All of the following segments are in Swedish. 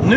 Nu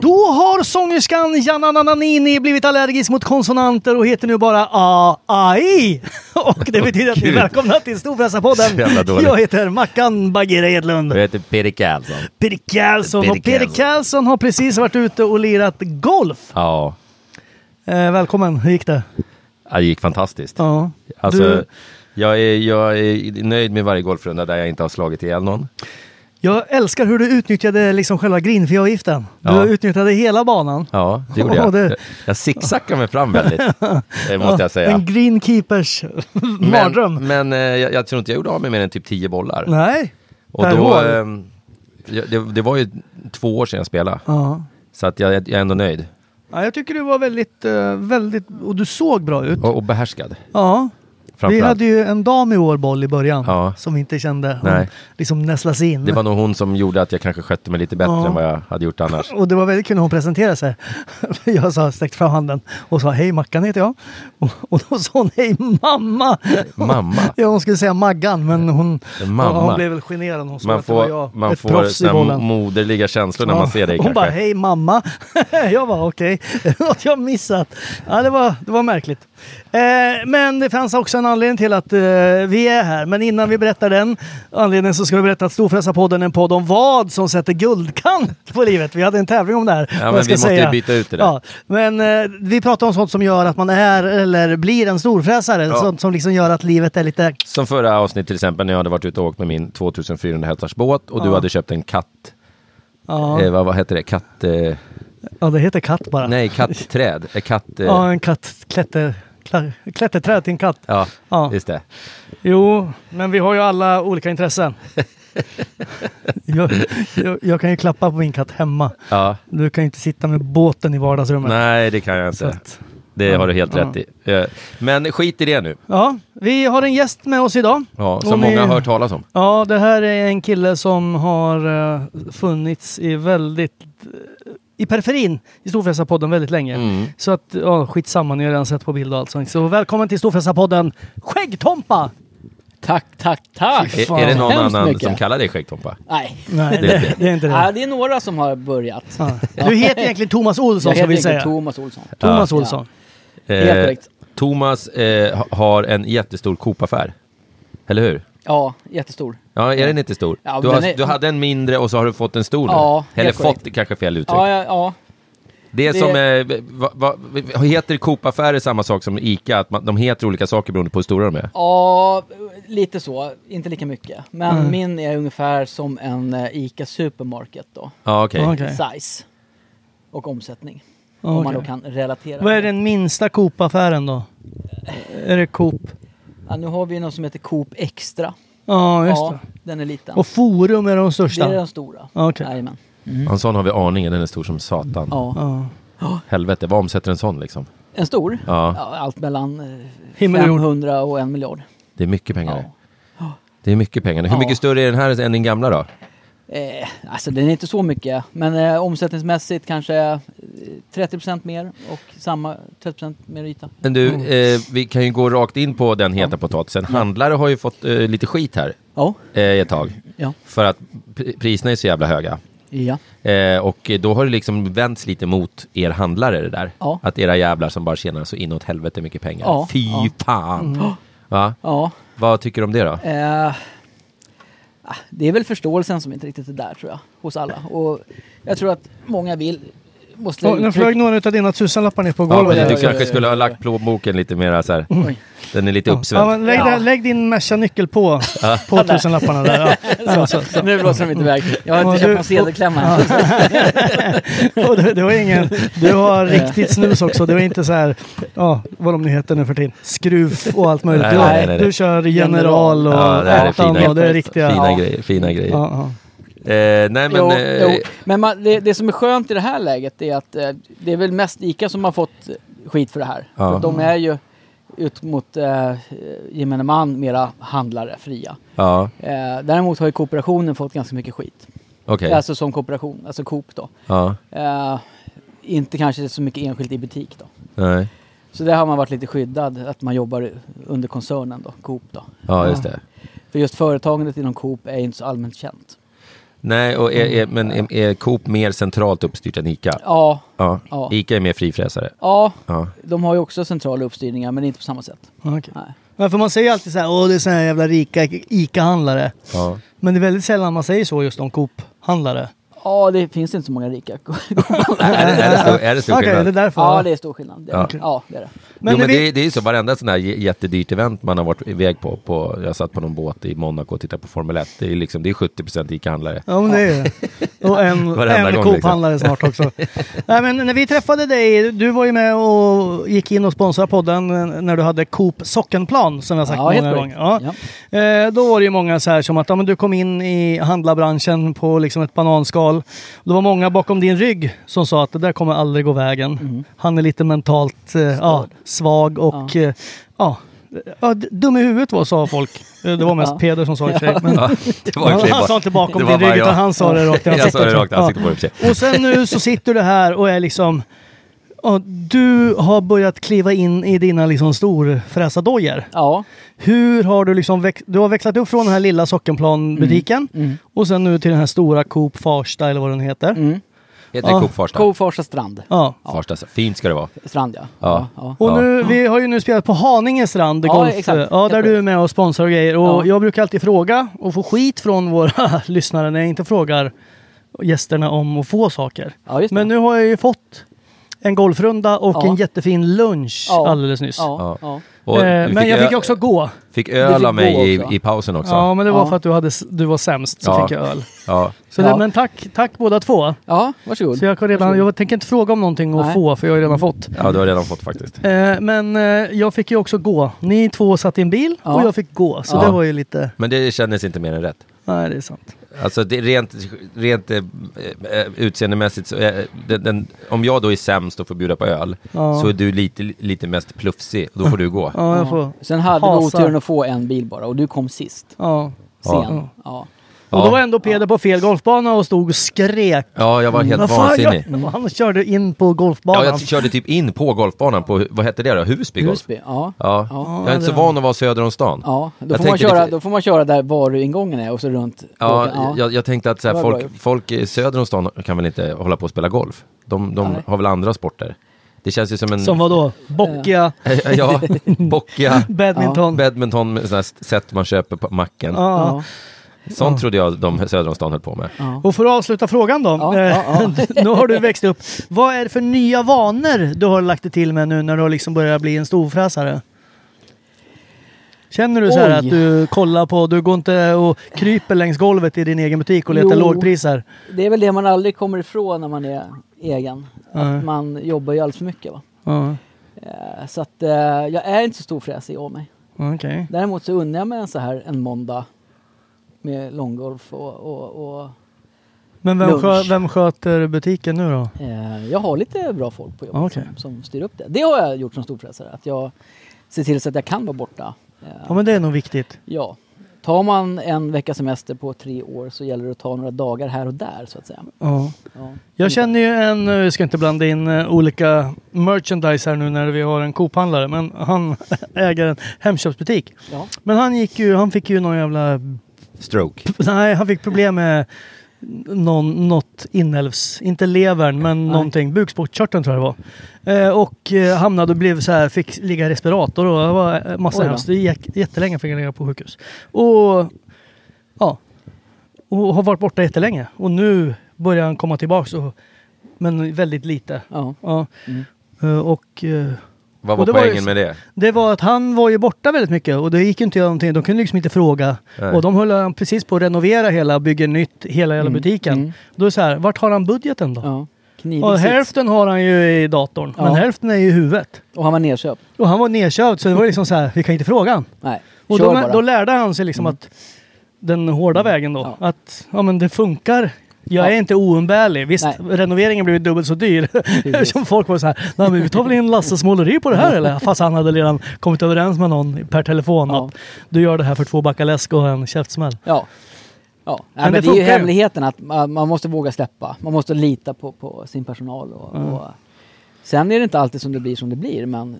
Då har sångerskan Janna Nananini blivit allergisk mot konsonanter och heter nu bara AI. Och det betyder att ni är välkomna till Storfräsarpodden. Så jävla dåligt. Jag heter Mackan Bagheera Edlund. Jag heter Peter Karlsson. Peter Karlsson. Och Peter Peter Karlsson. Karlsson har precis varit ute och lirat golf. Ja, Eh, välkommen, hur gick det? det gick fantastiskt. Ja. Alltså, Du- jag, är, jag är nöjd med varje golfrunda där jag inte har slagit ihjäl någon. Jag älskar hur du utnyttjade liksom själva greenfee-avgiften. Du Ja. utnyttjade hela banan. Ja, det gjorde Ja, jag. det- Jag, jag zigzackade mig fram väldigt, det måste jag säga. En greenkeepers mardröm. Men, men eh, jag, jag tror inte jag gjorde av mig mer än typ 10 bollar. Nej, Och per då, år. ehm, jag- det, det var ju två år sedan jag spelade. Ja. Så att jag, jag är ändå nöjd. Ja, jag tycker du var väldigt, eh, väldigt, och du såg bra ut. Och, och behärskad. Ja, vi framförallt. hade ju en dam i vår boll i början Ja. som vi inte kände. Hon Nej. liksom nästlas in. Det var nog hon som gjorde att jag kanske skötte mig lite bättre Ja. än vad jag hade gjort annars. Och det var väldigt kul när hon presenterade sig. Jag sa, sträckte fram handen och sa hej Mackan heter jag. Och, och då sa hon hej mamma. Mamma. Ja, hon skulle säga Maggan men hon, Mamma. hon blev väl generad. Hon sa Man att det var får, jag, man ett proffs i får bollen. moderliga känslor när man ser dig Hon kanske. bara, hej mamma. jag bara, okej. Något jag missat. Ja, det var, det var märkligt. Eh, men det fanns också en anledning till att eh, vi är här. Men innan vi berättar den anledningen så ska vi berätta att Storfräsarpodden är en podd om vad som sätter guldkant på livet. Vi hade en tävling om det här. men Vad jag ska vi måste ju byta ut det där. Ja, men eh, vi pratar om sånt som gör att man är eller blir en storfräsare. Sånt som liksom gör att livet är lite... Som förra avsnitt till exempel när jag hade varit ute och åkt med min 2400 hästars båt och du hade köpt en katt. Ja, Eh, vad, vad heter det? Katt... Eh, ja det heter katt bara. nej, kattträd. Eh, katt... Eh, Ja, ja, en katt. Klätter, kla- klätterträd till en katt. Ja. just det. Jo, men vi har ju alla olika intressen. jag, jag, jag kan ju klappa på min katt hemma. Ja. Du kan ju inte sitta med båten i vardagsrummet. Nej, det kan jag Så inte. att, Det har du helt ja. rätt i. Eh, Men skit i det nu. ja, vi har en gäst med oss idag. Ja, Och som ni- många har hört talas om. Ja, det här är en kille som har eh, funnits i väldigt eh, i periferin i Storfräsarpodden väldigt länge. Mm. Så att, ja, skitsamma, ni har redan sett på bild och allt sånt. Så välkommen till Storfräsarpodden Skäggtompa! Tack, tack, tack! Fy Är, fan. är det någon Hemskt annan mycket. som kallar dig skäggtompa? Nej, Nej, Det- det, det är inte ja, det. det är några som har börjat. Ja. Du heter egentligen Thomas Olsson, Jag som heter vi inte säger. Thomas Olsson. Thomas Ja. Olsson. Helt Eh, korrekt. Thomas eh, ha- har en jättestor Coop-affär. Eller hur? Ja, jättestor. Ja, är den inte stor? Ja, du, den har, är- du hade en mindre och så har du fått en stor nu. Ja, helt Eller korrekt. fått, kanske fel uttryck. Ja, ja, ja. Det är det- som, eh, va, va, heter Coop-affärer samma sak som ICA? Att man, de heter olika saker beroende på hur stora de är? ja, lite så, inte lika mycket. Men Mm. min är ungefär som en eh, ICA Supermarket då. Ja, okej. Ja, okej. Size. Och omsättning. Ja, Om man okej. då kan relatera. Vad är den minsta Coop-affären då? Är det Coop? Ja, nu har vi någon som heter Coop Extra. Ja, just ja, det. den är liten. Och Forum är de det är största? den stora. Okej. Jajamän. En sån har vi aningen, den är stor som satan. Ja. Ja. Helvete, vad omsätter en sån liksom? En stor? Ja. Ja, allt mellan eh, Himmel och jord. 500 och en miljard. Det är mycket pengar Ja. det. Det är mycket pengar. Hur Ja. mycket större är den här än din gamla då? Eh, alltså den är inte så mycket, men eh, omsättningsmässigt kanske eh, 30% mer och samma 30% mer yta. Men du, Mm. eh, vi kan ju gå rakt in på den heta potatisen. Handlare har ju fått eh, lite skit här Ja, eh, ett tag. ja, För att pri- priserna är så jävla höga. ja. Eh, och då har det liksom vänts lite mot er handlare det där. Ja. Att era jävlar som bara tjänar så inåt helvete mycket pengar. Ja. Fy Ja. fan! Va? ja. Vad tycker du om det då? Eh, ah, det är väl förståelsen som inte riktigt är där tror jag, hos alla. Och jag tror att många vill... Måste Oj, nu uttrycka- flög några av dina tusenlappar ner på Ja, men golvet. ja, du ja, kanske ja, skulle ha ja. lagt plånboken lite mer så här. Oj. Den är lite Ja, uppsvälld. men lägg, Ja. där- lägg din Merca-nyckel på, på tusenlapparna där. Ja. Ja, så, så. Nu blåser de inte iväg. Jag har Ja, inte du- köpt någon sedelklämma. här. Och du, du, har ingen, du har riktigt snus också. Du är inte så här, ja, vad de nu heter nu för tiden, skruv och allt möjligt. Nej, Du, nej, nej, nej. du kör general och Ja, det här är attan fina- och det är riktiga... Fina ja. grejer, fina grejer. Ja, Eh, nej men... jo, eh, jo. men man, det, det som är skönt i det här läget är att eh, det är väl mest ICA som har fått skit för det här. Ja. För att de är ju ut mot eh, gemene man mera handlare, fria. Ja, Eh, däremot har ju kooperationen fått ganska mycket skit. okej. Alltså som kooperation, alltså Coop då. Ja, Eh, inte kanske så mycket enskilt i butik då. nej. Så där har man varit lite skyddad, att man jobbar under koncernen då, Coop då. Eh, Ja, just det. För just företagandet inom Coop är inte så allmänt känt. Nej, och är, är, men är, är Coop mer centralt uppstyrt än ICA? Ja, Ja. Ja. ICA är mer frifräsare. ja, Ja. de har ju också centrala uppstyrningar men inte på samma sätt. ja, okej. Nej. ja, för man säger ju alltid så här, åh det är såna här jävla rika ICA-handlare. Ja. Men det är väldigt sällan man säger så just om Coop-handlare. Ja, det finns inte så många rika. Är, det- är det stor, är det stor Okej, skillnad? det är därför. ja, det är stor skillnad. Det är, Ja. ja. ja, det är det. Men, Men jo, men vi- det, är- det är ju så, varenda sån här j- jättedyrt event man har varit iväg på, på, jag satt på någon båt i Monaco och tittade på Formel 1, det är, liksom, det är 70% ICA-handlare. Ja, men det är det. Och en, Varenda en gång, liksom. Coop-handlare snart också. Nej, men när vi träffade dig, du var ju med och gick in och sponsrade podden eh, när du hade Coop Sockenplan som jag har sagt Ja, helt många korrekt. gånger. Ja. Ja. Eh, Då var det ju många så här som att ja, men du kom in i handlarbranschen på liksom ett bananskal. Det var många bakom din rygg som sa att det där kommer aldrig gå vägen. Mm. Han är lite mentalt eh, ja, svag och eh, ja. Ja, d- dum i huvudet var, sa folk. Eh, Det var mest Ja. Peder som sa det i och för sig. men- Ja, det var i och för sig han sa bara- inte bakom det var din bara rygg jag. utan han sa det rakt i Jag sa det ansiktet. rakt i Ja. ansiktet på dig i och för sig. Och sen nu så sitter du här och är liksom... Ja, du har börjat kliva in i dina liksom storfräsardojor. Ja, Hur har du liksom väx- du har växlat upp från den här lilla Sockenplan-butiken och sen nu till den här stora Coop Farsta eller vad den heter. Heter det Ja. Coop Farsta? Coop Farsta strand. Ja. Farsta, så fint ska det vara. Strand ja. Ja. ja. Och nu, vi har ju nu spelat på Haninge strand, Ja, golf, eh, exakt. ja, där Helt du är rätt. med och sponsrar och grejer. Och Ja. jag brukar alltid fråga och få skit från våra lyssnare när jag inte frågar gästerna om att få saker. Ja, just det. Men nu har jag ju fått en golfrunda och Ja. en jättefin lunch Ja. alldeles nyss. Ja, ja. Och Eh, du men jag ö- fick ju också gå. Fick Du öl fick av mig gå i, också. i pausen också. Ja, men det var Ja. för att du, hade, s- du var sämst så Ja. fick jag öl. Ja. Så Ja. det, men tack, tack båda två. ja varsågod. Så jag, kan redan, jag tänker inte fråga om någonting att Nej. få, för jag har ju redan fått. ja, du har redan fått faktiskt. Eh, men eh, jag fick ju också gå. Ni två satt i en bil Ja. och jag fick gå. Så Ja. det var ju lite... Men det kändes inte mer än rätt. Nej, det är sant. Alltså det, rent, rent eh, eh, utseendemässigt, så, eh, den, den, om jag då är sämst och får bjuda på öl, Ja. så är du lite, lite mest plufsig, och då får du gå. Ja, jag får... Sen hade Hasa. vi oturen att få en bil bara och du kom sist. Ja. Sen. Ja. Ja. Och då var ändå Peder på fel golfbana och stod och skrek. Ja, jag var helt Vad fan, vansinnig. Mm. jag... Han körde in på Ja, golfbanan. jag körde typ in på golfbanan på, vad hette det då, Husby Golf? Husby. Ja. Ja. jag är inte så van att vara söder om stan. Ja, då Jag får, man tänker köra, lite- då får man köra där varuingången är och så runt. Ja, krogen. ja. Jag, jag tänkte att så här, Det var bra folk, gjort. folk i söder om stan kan väl inte hålla på och spela golf? De, de Nej. har väl andra sporter? Det känns ju som en... Som var då bockiga, ja, bockiga badminton. badminton med sådana här sätt man köper på macken. Ja. Ja. Sånt trodde jag de söder om stan höll på med. Och för att avsluta frågan då. Ja, ja, nu har du växt upp. Vad är det för nya vanor du har lagt dig till med nu när du har liksom börjat bli en storfräsare? Känner du så här Oj. att du kollar på, du går inte och kryper längs golvet i din egen butik och letar Jo. lågpriser? Det är väl det man aldrig kommer ifrån när man är egen. Nej. Att man jobbar ju alldeles för mycket. Va? Ja, Eh, Så att eh, jag är inte så stor fräsig av mig. okej. Däremot så unnar jag mig en så här en måndag med långgolf och, och, och Men vem, Lunch. skö, vem sköter butiken nu då? eh, jag har lite bra folk på jobbet Ah, Okej. som, som styr upp det. Det har jag gjort som storfräsare, att jag ser till så att jag kan vara borta. Eh, Ja men det är nog viktigt. ja. Tar man en veckas semester på tre år så gäller det att ta några dagar här och där så att säga. Ja. Ja. Jag känner ju en, eh, vi ska inte blanda in eh, olika merchandise här nu när vi har en Coop-handlare, men han äger en Hemköpsbutik. Ja. Men han gick ju, han fick ju någon jävla, Stroke. nej han fick problem med någon, något inälvs, inte levern men någonting, bukspottkörteln tror jag det var. Eh, och eh, hamnade och blev så här, fick ligga i respirator och det var eh, massa Oj då. hemskt. Det gick jättelänge fick han ligga på sjukhus. Och ja, och har varit borta jättelänge. Och nu börjar han komma tillbaks och, men väldigt lite. Ja. Mm. Ja. Eh, och eh, Vad Och var det var ju poängen så- med det? det var att han var ju borta väldigt mycket och det gick ju inte att göra någonting. De kunde liksom inte fråga. Nej. Och de höll han precis på att renovera hela, bygga nytt, hela jävla butiken. Då är det så här, vart har han budgeten då? Mm, Ja. Knivig Och sits. hälften har han ju i datorn, Ja. men hälften är ju i huvudet. Och han var nerköpt. Och han var nedkörd så det var liksom så här, vi kan inte fråga han. Nej, Och kör då, bara. Mm. då lärde han sig liksom att den hårda vägen då, Ja. att ja, men det funkar. Jag Ja. är inte oumbärlig. Visst, Nej. renoveringen blev ju dubbelt så dyr. Eftersom folk var så här, nej men vi tar väl in Lasses måleri på det här eller? Fast han hade redan kommit överens med någon per telefon Ja. att du gör det här för två backar läsk och en käftsmäll. Ja. Ja, Nej, Men men, det det, är ju funkar ju. hemligheten att man, man måste våga släppa. Man måste lita på, på sin personal. Och, och, sen är det inte alltid som det blir som det blir, men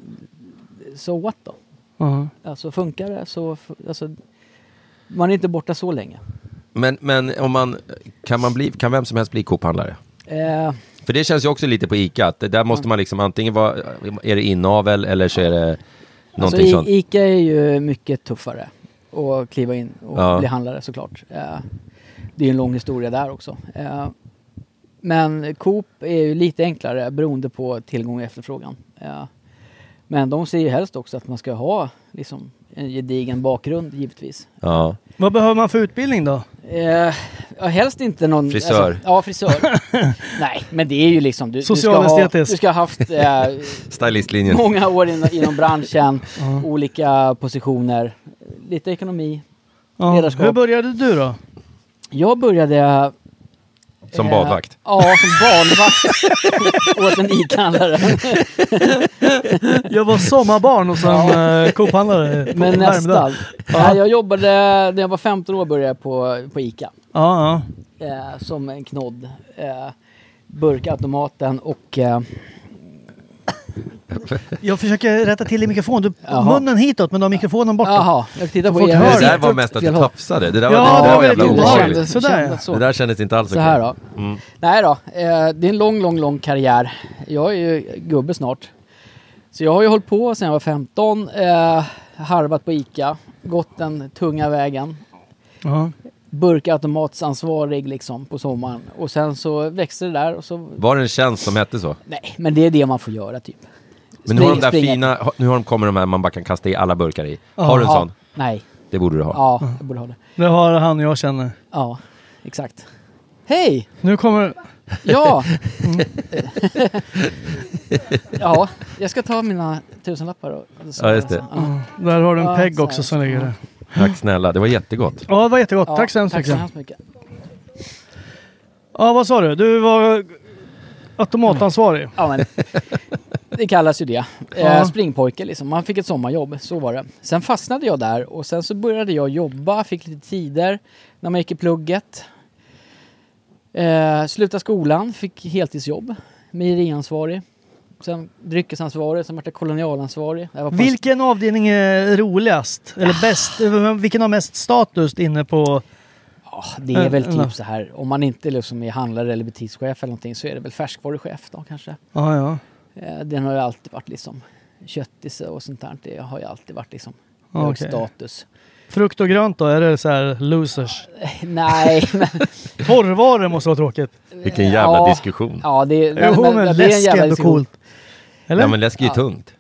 so what då? Ja. Alltså funkar det så... fu- Alltså, man är inte borta så länge. Men, men om man, kan, man bli, kan vem som helst bli Coop-handlare? Eh, För det känns ju också lite på ICA, att det där måste man liksom antingen vara, är det inavel eller så är det alltså, någonting I, sånt. Ica är ju mycket tuffare att kliva in och Ja. bli handlare såklart. Eh, det är ju en lång historia där också. Eh, men Coop är ju lite enklare beroende på tillgång och efterfrågan. Eh, men de ser ju helst också att man ska ha liksom, en gedigen bakgrund givetvis. Ja. Vad behöver man för utbildning då? Eh, ja, helst inte någon... Frisör. Alltså, ja, frisör. Nej, men det är ju liksom... Du, du, ska ha, du Socialestetisk. ska ha haft eh, Stylistlinjen. många år inom, inom branschen, olika positioner, lite ekonomi. Ja. Ledarskap. Hur började du då? Jag började... Som eh, badvakt. Ja, som badvakt åt en ICA-handlare. Jag var sommarbarn och sen ja. Coop-handlare. på Men Värmdö. nästan. Ja. Nej, Jag jobbade, när jag var 15 år började jag på, på ICA. Ja, ja. eh, som en knodd. Eh, burkautomaten och... Eh, Jag försöker rätta till i mikrofonen. Du, Jaha. munnen hitåt men du har mikrofonen borta. jaha, jag tittar Så på folk er. hör Det det. där var mest att du tafsade. Det där var, Ja, det det där var var jävla lite obehagligt. obehagligt. Sådär, ja. så. Det där kändes inte alls Så okej. här då. Mm. Nej då, eh, det är en lång, lång, lång karriär. Jag är ju gubbe snart. Så jag har ju hållit på sedan jag var 15, eh, harvat på ICA, gått den tunga vägen. Ja. Burkautomatsansvarig liksom på sommaren. Och sen så växte det där och så... Var det en tjänst som hette så? Nej, men det är det man får göra typ. Men nu har de Spring- där springa. fina, ha- nu har de kommer de här man bara kan kasta i alla burkar i. Har du en Ja, sån? Nej, Det borde du ha. ja, jag borde ha det. Det har han jag känner. Ja, exakt. Hej! Nu kommer... Ja! Mm. ja, jag ska ta mina tusenlappar och... Ja, just det. Ja. Där har du en Ja, pegg så också här. som ligger där. Tack snälla, det var jättegott. Ja, det var jättegott. Ja, tack så hemskt tack mycket. hemskt mycket. Ja, vad sa du? Du var automatansvarig. Ja, men, det kallas ju det. Ja. Eh, springpojke liksom. Man fick ett sommarjobb, så var det. Sen fastnade jag där och sen så började jag jobba, fick lite tider när man gick i plugget. Eh, slutade skolan, fick heltidsjobb, mejeriansvarig. Sen dryckesansvarig, sen vart jag kolonialansvarig. Jag var på en- Vilken avdelning är roligast? Eller bäst? Vilken har mest status inne på... Ja, det är väl Eh, eller- typ så här, om man inte liksom är handlare eller butikschef eller någonting så är det väl färskvaruchef då kanske. Ja, ja. Eh, Den har ju alltid varit liksom köttise och sånt där. Det har ju alltid varit liksom hög Okej. status. Frukt och grönt då? Är det så här losers? Eh, Nej, men... Torrvaror måste vara tråkigt. Vilken jävla ja, diskussion. Ja, Ja, det, är- men, jo, men, men, men, det är en läsk är jävla ändå diskussion. coolt. Eller? Ja, men, men läsk är ju tungt.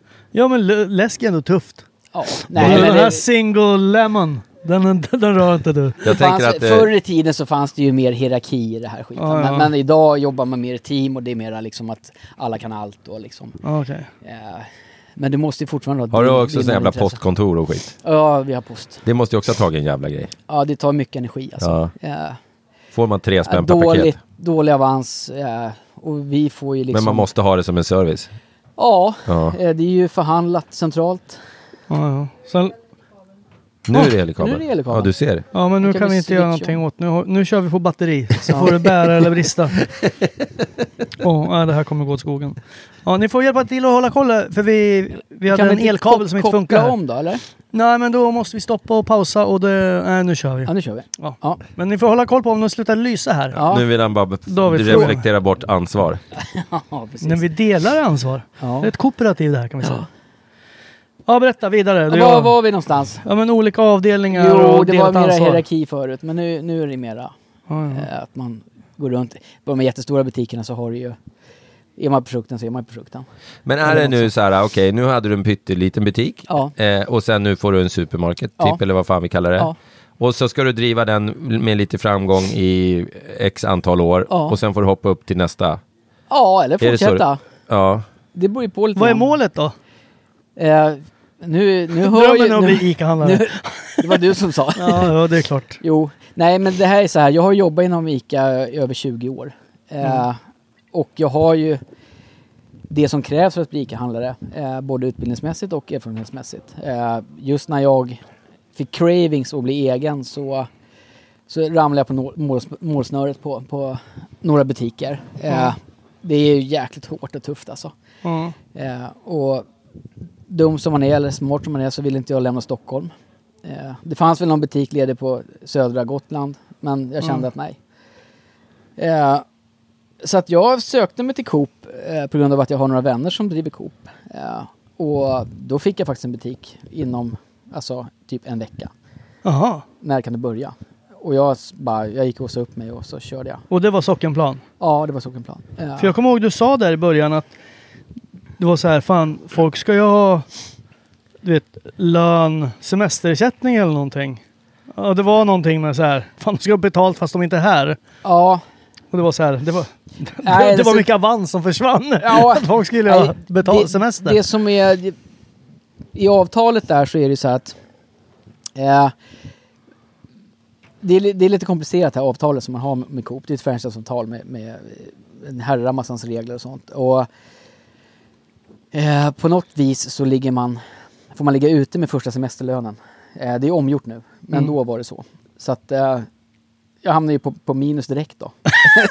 lä- läsk är ändå tufft. Ja, Nej, nej, men den här det, single lemon, den, den, den rör inte du. Jag tänker fanns, att... eh, förr i tiden så fanns det ju mer hierarki i det här skiten. Ja, ja. Men, men idag jobbar man mer i team och det är mera liksom att alla kan allt och liksom. Okej. eh, men du måste ju fortfarande ha Har du din- också din sån jävla intresse. postkontor och skit? Ja, vi har post. Det måste ju också ha tagit en jävla grej. Ja, det tar mycket energi alltså. Eh, Får man tre spänn per paket? dåligt, dålig avans. eh, och vi får ju liksom... Men man måste ha det som en service. Ja, Ja. eh, det är ju förhandlat centralt. Ja, ja. Sen, Nu är det helikabel. nu är det helikabel. Ja, du ser. ja, men nu Då kan kan vi vi inte göra switcha. någonting åt. Nu, har- nu kör vi på batteri, så Ja. får det bära eller brista. Åh, nej, det här kommer gå åt skogen. Ja, ni får hjälpa till att hålla koll här, för vi, vi hade en inte elkabel kop- som inte koppla funkar. här. om då, eller? Nej, men då måste vi stoppa och pausa och det, nej, nu kör vi. Ja, nu kör vi. Ja. Ja. Men ni får hålla koll på om de slutar lysa här. Ja, Nu vill han bara David, du fråga. reflektera bort ansvar. ja precis. När vi delar ansvar. Ja. Det är ett kooperativ det här kan vi säga. Ja, berätta vidare. Du, Var var vi någonstans? Ja, men olika avdelningar Jo, och det delat var mera ansvar. hierarki förut, men nu, nu är det mera Ja, ja. eh, att man går runt. På de jättestora butikerna så har du ju... Är man på produkten så är man på produkten. Men är det nu så här, okej, nu hade du en pytteliten butik Ja. eh, och sen nu får du en supermarket, Ja. typ, eller vad fan vi kallar det. Ja. Och så ska du driva den med lite framgång i x antal år Ja. och sen får du hoppa upp till nästa. Ja, eller Är det så? fortsätta. Ja, Det beror ju på lite Vad är grann. målet då? Eh, nu, nu Drömmen hör ju... är att Nu, bli ICA-handlare. nu, det var du som sa. Ja, ja, det är klart. Jo, nej men det här är så här. Jag har jobbat inom ICA i över 20 år. Eh, och jag har ju det som krävs för att bli ICA-handlare. Eh, både utbildningsmässigt och erfarenhetsmässigt. Eh, just när jag fick cravings och bli egen så, så ramlade jag på nå- måls, målsnöret på, på några butiker. Eh, Det är ju jäkligt hårt och tufft alltså. Ja. Eh, och dum som man är, eller smart som man är, så vill inte jag lämna Stockholm. Eh, det fanns väl någon butik ledig på södra Gotland, men jag kände Mm. att nej. Eh, så att jag sökte mig till Coop eh, på grund av att jag har några vänner som driver Coop. Eh, och då fick jag faktiskt en butik inom alltså, typ en vecka. Jaha, När kan du börja? Och jag, s- bara, jag gick och sa upp mig och så körde jag. och det var sockenplan. Ja, det var så en plan. Eh, För jag kommer ihåg du sa där i början att det var så här, fan, folk ska ju ha du vet, lön, semesterersättning eller någonting. Ja, det var någonting med så här, fan de ska ha betalt fast de inte är här. ja, Och det var så här, det var, Nej, det, det var så- mycket avans som försvann. Ja. att folk skulle Nej, ha betalt det- semester. Det som är... I avtalet där så är det så här att... Eh, det, är, li- det är lite komplicerat det här avtalet som man har med Coop. Det är ett franchiseavtal med, med eh, en herra massans regler och sånt. Och eh, på något vis så ligger man, får man ligga ute med första semesterlönen. Eh, det är omgjort nu, men då var det så. Så att eh, jag hamnar ju på, på minus direkt då. ja,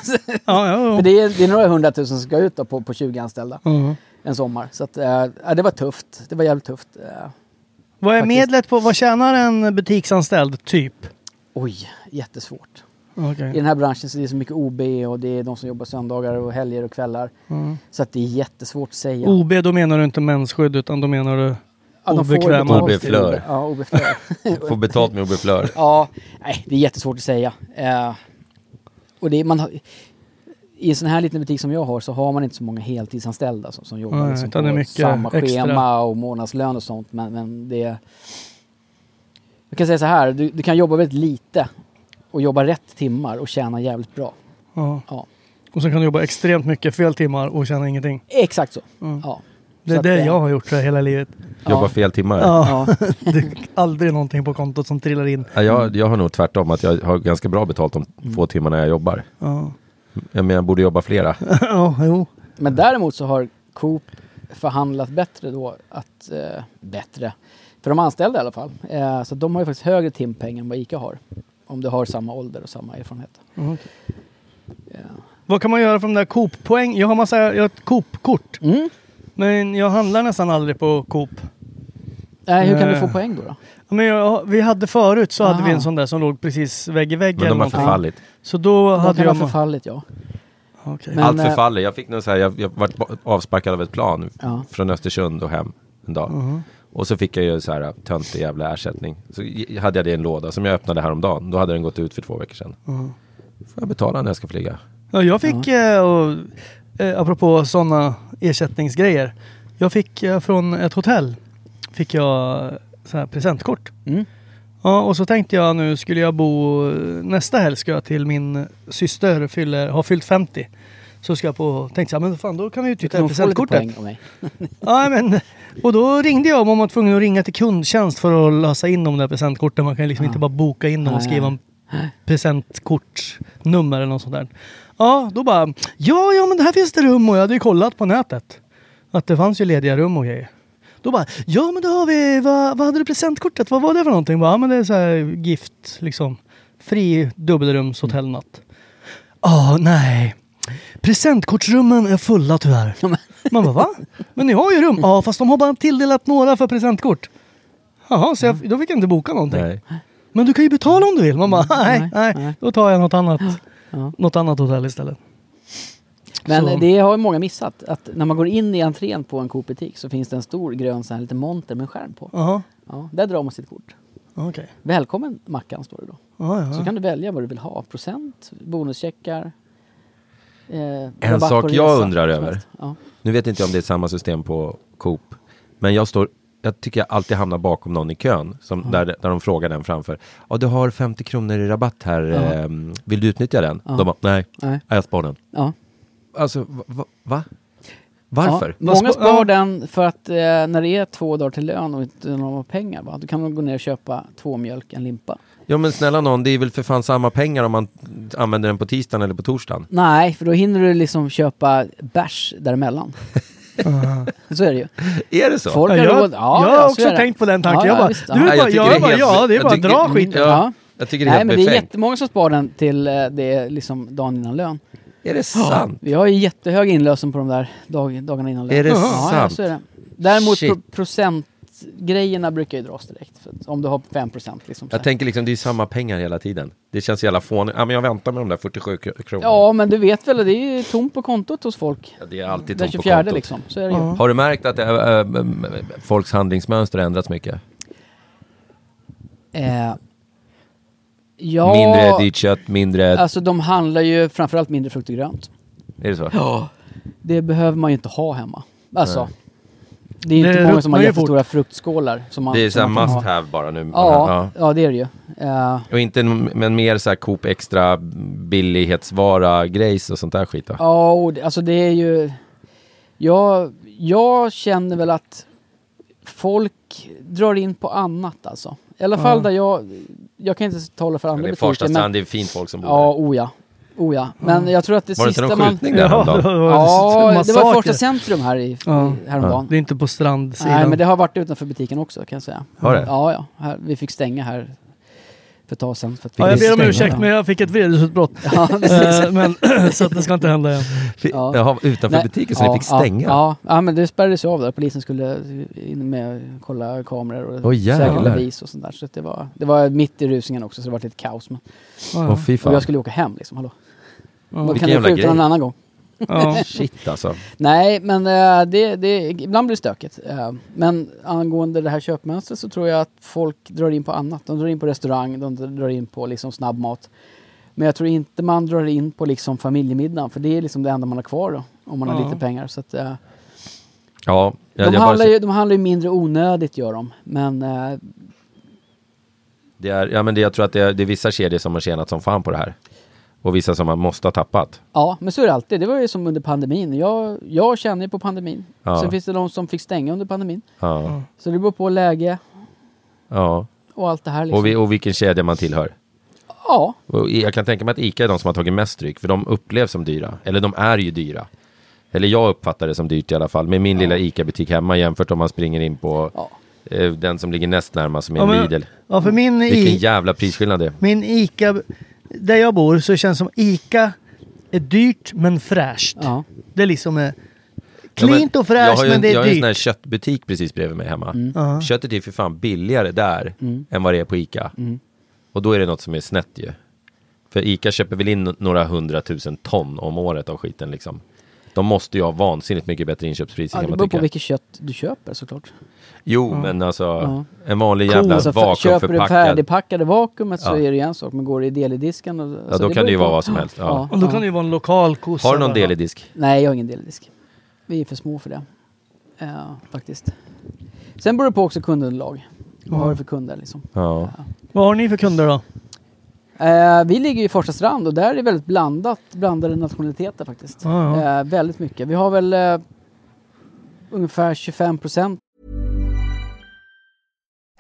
ja, För ja. det är, det är några hundratusen som ska ut då på, på 20 anställda Mm. en sommar. Så att, eh, ja, det var tufft. Det var jävligt tufft. Eh, Vad är faktiskt. medlet på, vad tjänar en butiksanställd typ? oj, jättesvårt. I Okej. den här branschen så är det så mycket OB och det är de som jobbar söndagar och helger och kvällar. Mm. Så att det är jättesvårt att säga. OB, då menar du inte mensskydd utan då menar du... ja, de får obekväma. betalt till OB-flör. OB. Ja, OB-flör. får betalt med Obeflör. ja, nej, det är jättesvårt att säga. Eh, och det, är- man har, I en sån här liten butik som jag har så har man inte så många heltidsanställda som, som jobbar Nej, liksom utan det är på mycket samma extra. schema och månadslön och sånt. Men, men det är... Jag kan säga så här, du, du kan jobba väldigt lite och jobba rätt timmar och tjäna jävligt bra. Ja. Ja. Och sen kan du jobba extremt mycket fel timmar och tjäna ingenting. Exakt så. Mm. Ja. Det Så är att, det eh, jag har gjort hela livet. Jobbar Ja. fel timmar. Ja. Ja. Det är aldrig någonting på kontot som trillar in. Ja, jag, jag har nog tvärtom, att jag har ganska bra betalt de Mm. få timmarna jag jobbar. Ja, Jag menar, jag borde jobba flera. ja jo. Men däremot så har Coop förhandlat bättre då. Att, eh, bättre. För de anställda i alla fall. Eh, så de har ju faktiskt högre timpeng än vad ICA har. Om du har samma ålder och samma erfarenhet. Vad kan man göra för de där Coop-poäng? Jag har, massa, jag har ett Coop-kort. Mm. Men jag handlar nästan aldrig på Coop. Eh, hur kan du Eh. få poäng då? då? Ja, Men jag, vi hade förut så hade Aha. vi en sån där som låg precis vägg i vägg. Men eller de har någonting. förfallit. Så då De hade kan ha jag... förfallit ja. Okej. Men, Allt eh, förfaller. Jag fick någon så här, jag, jag vart ba- avsparkad av ett plan Ja. Uh-huh. från Östersund och hem en dag. Och så fick jag ju så här töntig jävla ersättning. Så i- hade jag det i en låda som jag öppnade häromdagen. Då hade den gått ut för två veckor sedan. Uh-huh. Får jag betala när jag ska flyga? Ja, jag fick, eh, och, eh, apropå sådana ersättningsgrejer. Jag fick eh, från ett hotell, fick jag så här presentkort. Mm. Ja, och så tänkte jag nu skulle jag bo nästa helg ska jag till min syster fyller, har fyllt 50. Så ska jag på, tänkte jag men fan då kan vi Du utnyttja kan det här nog få lite presentkortet. poäng av mig. Ja, men, och då ringde jag om man var tvungen att ringa till kundtjänst för att lösa in de där presentkorten. Man kan liksom inte bara boka in dem och Nej, skriva en presentkortsnummer eller något sånt där. Ja, då bara, ja, ja, men det här finns det rum och jag hade ju kollat på nätet. Att det fanns ju lediga rum och grejer. Då bara, ja men då har vi, vad, vad hade du presentkortet? Vad var det för någonting? Bara, ja men det är så här gift, liksom. Fri dubbelrumshotellnatt. Ja, nej. Presentkortsrummen är fulla tyvärr. Man bara, va? Men ni har ju rum. Ja, fast de har bara tilldelat några för presentkort. Jaha, så Mm. jag, då fick jag inte boka någonting. Nej. Men du kan ju betala om du vill. Man bara, nej, Mm. nej, nej, nej. då tar jag något annat, Ja. något annat hotell istället. Men Så- det har ju många missat. Att när man går in i entrén på en Coop-butik så finns det en stor grön sån här liten monter med en skärm på. Jaha, Ja, där drar man sitt kort. okej. Välkommen Mackan står det då. Ja, ja. Så kan du välja vad du vill ha. Procent, bonuscheckar. Eh, En rabatt sak på jag resa. undrar över. Ja. Nu vet inte jag om det är samma system på Coop. Men jag står, jag tycker jag alltid hamnar bakom någon i kön. Som, där, där de frågar den framför. Ja, du har 50 kronor i rabatt här. ehm, vill du utnyttja den? De bara, nej, Nej. jag sparar den. Ja. Alltså, va? va, va? Varför? Ja, många sparar den för att eh, när det är två dagar till lön och inte någon har pengar, va? då kan man gå ner och köpa två mjölk, en limpa. Ja men snälla någon, det är väl för fan samma pengar om man använder den på tisdagen eller på torsdagen. Nej, för då hinner du liksom köpa bärs däremellan. så är det ju. Är det så? Folk Ah. Ja, har jag, råd. jag Ja, har så är också det. tänkt på den tanken. Ja, jag ja, bara, visst, du ja. är Nej, bara, jag tycker jag det är är bara, helt- ja, det är jag bara tycker- dra skiten. Ja. Ja. Jag tycker det är Nej, helt men det är befängt. jättemånga som sparar den till eh, det är liksom dagen innan lön. Är det sant? Vi har ju jättehög inlösen på de där dag, dagarna innan lön. Är det ja, Ja, sant? så är det. Däremot Shit. pro- procentgrejerna brukar ju dras direkt. För att om du har 5% liksom. så Jag här. tänker liksom, det är ju samma pengar hela tiden. Det känns jävla fånigt. Ja men jag väntar med de där 47 kro- kronorna. Ja, men du vet väl, det är ju tomt på kontot hos folk. Ja, det är alltid Den tomt på 24 kontot. liksom. Så är det ju. Har du märkt att äh, äh, äh, folks handlingsmönster har ändrats mycket? Eh, ja, Mindre dyrt kött, mindre... alltså de handlar ju framförallt mindre frukt och grönt. Är det så? Det behöver man ju inte ha hemma. Alltså, det är ju Det inte många som ruttnar har ju jättestora fruktskålar. Som man, Det är så här som man kan must ha. have bara nu. Ja, ja, det är det ju. Eh, Och inte, en- men mer så här Coop extra billighetsvara grejs och sånt där skit då. Ja, och det, alltså det är ju... Jag, jag känner väl att folk drar in på annat alltså. I alla fall där jag... Jag kan inte tala för Men andra det är butiker. Farsta Men, strand, det är fint folk som bor ja, där. o ja. O ja. Men jag tror att det Var det inte sista någon man... skjutning där häromdagen? Ja, det var i massaker. Farsta centrum här i, Ja. i, häromdagen. Det är inte på strandsidan. Nej, men det har varit utanför butiken också kan jag säga. Har det? Ja, ja. Här, vi fick stänga här för ett tag sedan. För att vi Ja, jag ber om stänga. ursäkt men jag fick ett vredesutbrott. Ja, Eh, men, så att det ska inte hända igen. Ja. Jaha, utanför Nej, butiken så ni fick ja, stänga? Ja, ja, men det spärrades ju av där. Polisen skulle in med och kolla kameror och Åh, jävlar. säkra bevis och sånt där. Så att det, var, det var mitt i rusningen också så det var lite kaos. Men, Ja, Åh fy och fan. jag skulle åka hem liksom, hallå. Man Vilken kan du jävla skjuta grej. någon annan gång? ja. Shit alltså. Nej, men eh, det, det, ibland blir det stökigt. Eh, men angående det här köpmönstret så tror jag att folk drar in på annat. De drar in på restaurang, de drar in på liksom snabbmat. Men jag tror inte man drar in på liksom familjemiddagen för det är liksom det enda man har kvar då, om man har Ja. lite pengar. Så att, eh, Ja, jag, De, jag bara, handlar ju, de handlar ju mindre onödigt gör de. Men eh, det är, ja, men det, jag tror att det är, det är vissa kedjor som har tjänat som fan på det här. Och vissa som man måste ha tappat. ja, men så är det alltid. Det var ju som under pandemin. Jag, jag känner ju på pandemin. Ja. Sen finns det de som fick stänga under pandemin. Ja. Så det beror på läge ja. och allt det här. Liksom. Och, vi, och vilken kedja man tillhör. Ja, Och jag kan tänka mig att ICA är de som har tagit mest stryk, för de upplevs som dyra. Eller de är ju dyra. Eller jag uppfattar det som dyrt i alla fall, med min lilla ICA-butik hemma jämfört om man springer in på Ja. eh, den som ligger näst närmast som är Ja, men- Lidl. ja, för min, Vilken I, jävla prisskillnad det är. min Ica, där jag bor så känns som Ica är dyrt men fräscht. ja. Det är liksom eh, Ja, men klint och jag fräscht har ju men en- det Jag är har ju en sån här dyrt. köttbutik precis bredvid mig hemma. Mm. Köttet är ju för fan billigare där än vad det är på ICA. Mm. Och då är det något som är snett ju. För ICA köper väl in några hundratusen ton om året av skiten liksom. De måste ju ha vansinnigt mycket bättre inköpspriser ja kan det man beror på tycka. vilket kött du köper såklart. Jo, men alltså en vanlig jävla Alltså, för- köper du vakuumförpackad. färdigpackade vakuumet så Ja. är det ju en sak. Men går det i del i disken och, alltså, då kan det ju beror på- vara vad som helst, ja. Och då kan det ju vara en lokal kossa. Har du någon bara. del i disk? Nej, jag har ingen deldisk. Vi är för små för det. Eh, faktiskt. Sen beror det på också kundunderlag. Vad har du för kunder liksom? Ja. Vad har ni för kunder då? Eh, vi ligger i Forsa strand och där är det väldigt blandat, blandade nationaliteter faktiskt. Ja, Eh, väldigt mycket. Vi har väl eh, ungefär 25 procent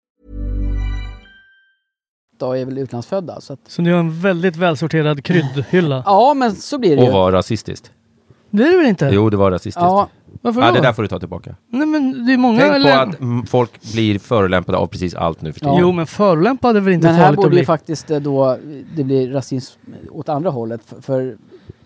då är väl utlandsfödda. Så att, Så ni har en väldigt välsorterad kryddhylla? ja, men så blir det Och ju. var rasistiskt. Det är det väl inte? Jo, det var rasistiskt. Ja, Varför då? Ja, det där får du ta tillbaka. Nej men det är många... Tänk eller... på att mm, folk blir förolämpade av precis allt nu för tiden. Ja. Jo men förolämpad är väl inte men här farligt att borde ju bli? faktiskt eh, då det blir rasism åt andra hållet. För, för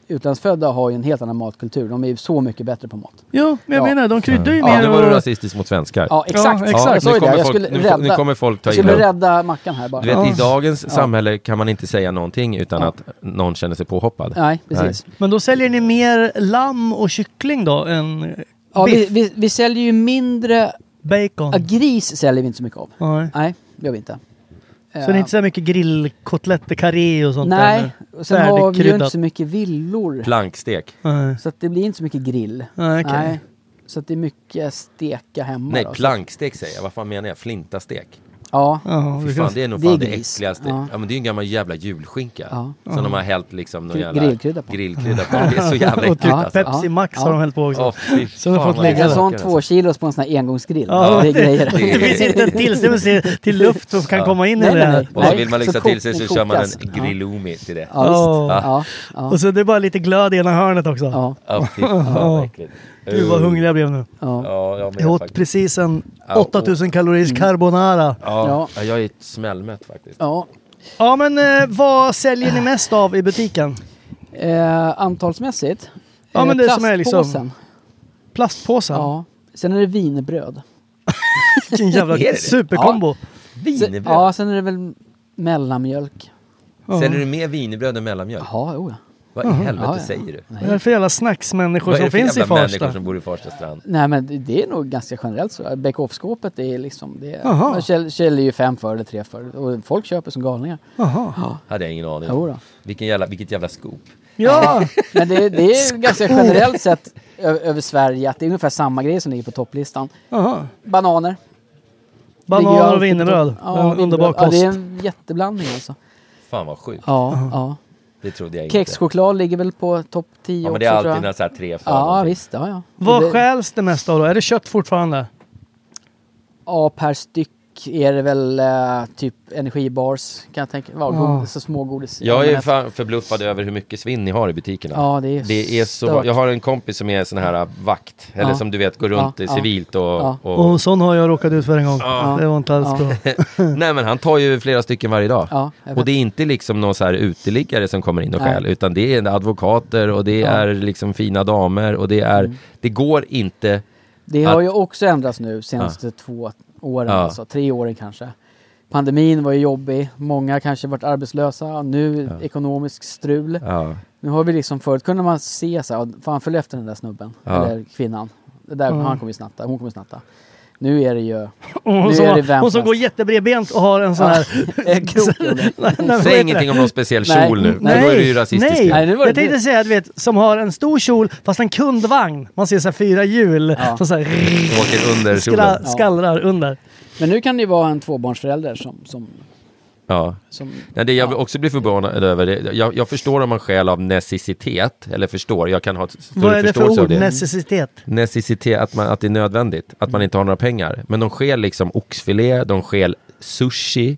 utlandsfödda har ju en helt annan matkultur. De är ju så mycket bättre på mat. Ja, men jag Ja. menar de kryddar ju Ja, mer nu var du och- rasistisk mot svenskar. Ja, exakt. Ja, exakt. Jag sa Nu ju det. kommer Jag folk- skulle nu får- rädda, nu kommer folk ta jag illa skulle upp. rädda mackan här bara. Du vet, Ja. i dagens samhälle kan man inte säga någonting utan att någon känner sig påhoppad. Nej, precis. Men då säljer ni mer lamm och kyckling då än Ja, vi, biff, vi, vi säljer ju mindre... bacon? Ja, gris säljer vi inte så mycket av. Nej. Nej, det gör vi inte. Eh, Så det är inte så här mycket grillkotletter, karré och sånt där? Nej, nu? och sen har vi ju Färdigkryddat. inte så mycket villor. Plankstek. Nej. Så att det blir inte så mycket grill. Nej, okej. Så att det är mycket steka hemma. Nej, då. plankstek säger jag. Vad fan menar jag? Flintastek. Ja. Ja, Fy det fan, finns- det är nog Det är fan det, gris. äckligaste. Ja. Ja. men det är ju en gammal jävla julskinka. Ja. Som de har hällt liksom någon Gri- jävla grillkrydda på. grillkrydda på. Det är så jävla äckligt Ja. alltså. typ Pepsi Max har Ja. de hällt på också. Åh, fy Så de har fan, fått vad lägga Lägga äckligt. så. sån två kilos på en sån här engångsgrill. Ja, det är grejer. det Det är- finns inte en tillstämmelse till luft som kan komma in i Nej, det nej, här. nej. Och så vill man så lyxa kok- till sig så kör man kokas. en grillomi till det. Ja, visst. Åh. Ja, ja, Och så det är bara lite glöd i ena hörnet också. ja, Ja, fy fan vad äckligt. Gud vad hungrig jag blev nu. ja. Ja, jag Jag med åt faktiskt. precis en Ja, och- 8000 kaloriers Mm. carbonara. Ja, ja, jag är smällmätt faktiskt. ja. Ja men eh, vad säljer ni mest av i butiken? Eh, antalsmässigt. Ja, eh, men det som är liksom- plastpåsen. Plastpåsen? Ja. Sen är det wienerbröd. Vilken jävla Är det det? superkombo. Sen, Wienerbröd. ja, sen är det väl mellanmjölk. Säljer du mer wienerbröd än mellanmjölk? Jaha, jo ja. Vad i helvete Mhm. Ja, ja. säger du? Vad är det för jävla snacksmänniskor Vad är som det för finns i jävla människor Farsta? som bor i Farsta strand? Nej men det- det är nog ganska generellt så. Bake-off-skåpet det är liksom... Det, Jaha. man käll- säljer ju fem för eller tre för och folk köper som galningar. Hade jag ingen aning Jo då. om. Vilken jävla, vilket jävla scoop. Ja, Men det, det är ju ganska generellt sett ö- över Sverige att det är ungefär samma grejer som ligger på topplistan. Aha. Bananer. ligger ju banan alltid och på wienerbröd. topp. Ja, en underbar wienerbröd. kost. Ja, det är en jätteblandning alltså. Fan vad sjukt. Ja, ja. Det trodde jag inte. Kexchoklad ligger väl på topp Ja 10 men också det är alltid tror jag. några så här tre typ. för Ja någonting. visst, ja ja. Vad det, stjäls det mest av då? Är det kött fortfarande? Ja per styck är det väl eh, typ energibars kan jag tänka ja, godis, så smågodis. Jag är Men- fan förbluffad över hur mycket svinn ni har i butikerna. Ja, det är så... stört. Jag har en kompis som är sån här äh, vakt, eller Ja. som du vet går runt Ja, eh, ja. civilt och... Ja. Och och... en sån har jag råkat ut för en gång. Det var inte alls Ja. bra. Nej men han tar ju flera stycken varje dag. Ja, jag vet. och det är inte liksom någon så här uteliggare som kommer in och Nej. stjäl, utan det är advokater och det är liksom fina damer och det är... Mm. Det går inte... Det har Att- ju också ändrats nu senaste två åren, Ja. alltså, tre åren kanske. Pandemin var ju jobbig, många kanske varit arbetslösa, och nu ekonomisk strul. Ja. Nu har vi liksom förut kunde man se så här, "Åh, fan följ efter den där snubben, Ja. eller kvinnan. Det där, Han kommer ju snatta, hon kommer snatta. Nu är det ju... Och Nu hon, är det som, vem hon som som går helst. jättebredbent och har en sån Ja, här... en krok under. Nej, nej, men vad heter Säg det? ingenting om någon speciell Nej. kjol nu, för Nej, då är du ju rasistisk. nej. ju. Nej, nu var det jag tänkte du. säga du vet, som har en stor kjol fast en kundvagn. Man ser så här fyra hjul Ja. som så här Du åker under skra, kjolen. Ja. skallrar under. Men nu kan det ju vara en tvåbarnsförälder som... som, Ja. som Nej, det jag också blir förvånad över, det, jag, jag förstår om man skäl av necessitet, eller förstår, jag kan ha ett Vad större är det för förståelse av ord? det. Necessitet? necessitet, att, man, att det är nödvändigt, att man inte har några pengar. Men de skäl liksom oxfilé, de skäl sushi,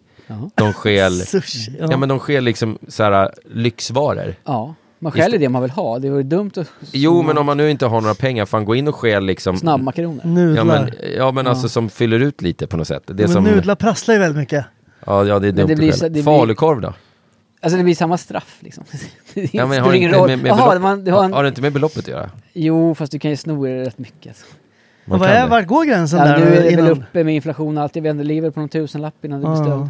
de skäl... Sushi? Ja. Ja men de skäl liksom så här, lyxvaror. ja, man skäller det man vill ha. Det vore dumt att... Jo men om man nu inte har några pengar, fan gå in och skäl liksom... Snabbmakaroner. Nudlar? Ja men, ja, men alltså som fyller ut lite på något sätt. Det är men som... nudlar prasslar ju väldigt mycket. Ja, ja det är dumt det att blir skälla. så- det blir- Falukorv då? Alltså det blir samma straff liksom. Det Ja, men spelar har, det ingen inte roll. med, med Jaha, belopp... man, du har har, en... har det inte med beloppet att göra? Jo, fast du kan ju sno er rätt mycket. Alltså. Man Och vad kan är, det. vart går gränsen Ja, där nu är det väl innan? uppe med inflation och allt. Jag vet inte, lever på någon tusenlapp innan du blir Ja. Ah. stöld.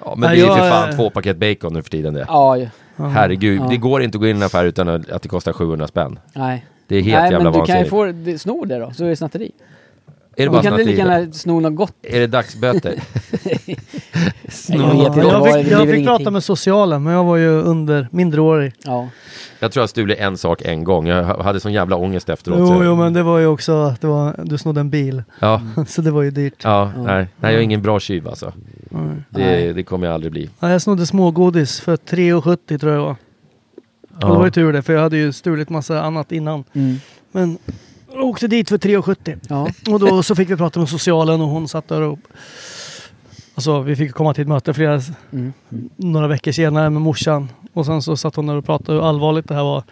Ja, men Nej, det är ju jag- för fan två paket bacon nu för tiden det. Ja, ju. Herregud, Ja. det går inte att gå in i en affär utan att det kostar 700 spänn. nej. Det är helt Nej, jävla men du kan ju vansinnigt. få det- sno det då, så är det snatteri. Är det Då bara kan du lika snatteri? gärna sno något gott. Är det dagsböter? Jag vet inte vad, jag det fick, blir jag väl fick prata ingenting. med socialen, men jag var ju under, mindreårig. Ja. Jag tror jag stulde en sak en gång. Jag hade sån jävla ångest efteråt. Jo, så- jo, men det var ju också att det var, du snodde en bil. Ja, Så det var ju dyrt. Mm. ja nej. nej, jag är ingen bra tjuv alltså. Det, det kommer jag aldrig bli. Ja, jag snodde smågodis för 3,70 tror jag det var. Och det var ju tur det, för jag hade ju stulit massa annat innan. Mm. Men jag åkte dit för 3,70. Ja. Mm. Och då så fick vi prata med socialen och hon satt där och... Alltså vi fick komma till ett möte flera, Mm. några veckor senare med morsan. Och sen så satt hon där och pratade hur allvarligt det här var.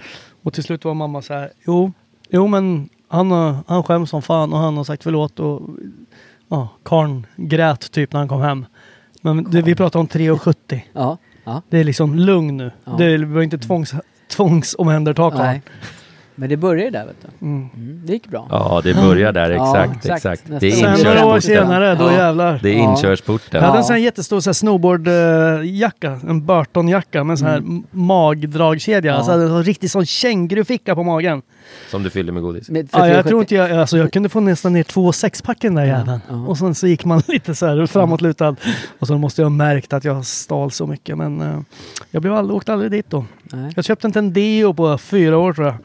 Och till slut var mamma så här, jo, jo men han, har- han skäms som fan och han har sagt förlåt och ja, karln grät typ när han kom hem. Men du, vi pratar om 3,70. Ja. ja. Det är liksom lugn nu. Ja. Det är- vi behöver inte tvångs, tvångsomhänderta karln. Nej. Men det började ju där, vet du. Mm. Mm. Det gick bra. Ja, det börjar där. Ja, Exakt, exakt. exakt. Nästa Det är gång. Sen några år inkörsporten. senare, då Ja. jävlar. Det är Ja. inkörsporten. Jag hade Ja. en sån här jättestor så här snowboardjacka, en Burton-jacka med sån här Mm. m- magdragkedja. Ja. Så hade jag en riktig sån känguruficka på magen. Som du fyller med godis. Med Ja, jag 47. tror inte jag, alltså jag kunde få nästan ner två sexpacken där jäveln. ja. Och sen så gick man lite så här framåtlutad. Och så måste jag ha märkt att jag stal så mycket. Men eh, jag blev aldrig, åkte aldrig dit då. Nej. Jag köpte inte en deo på fyra år tror jag.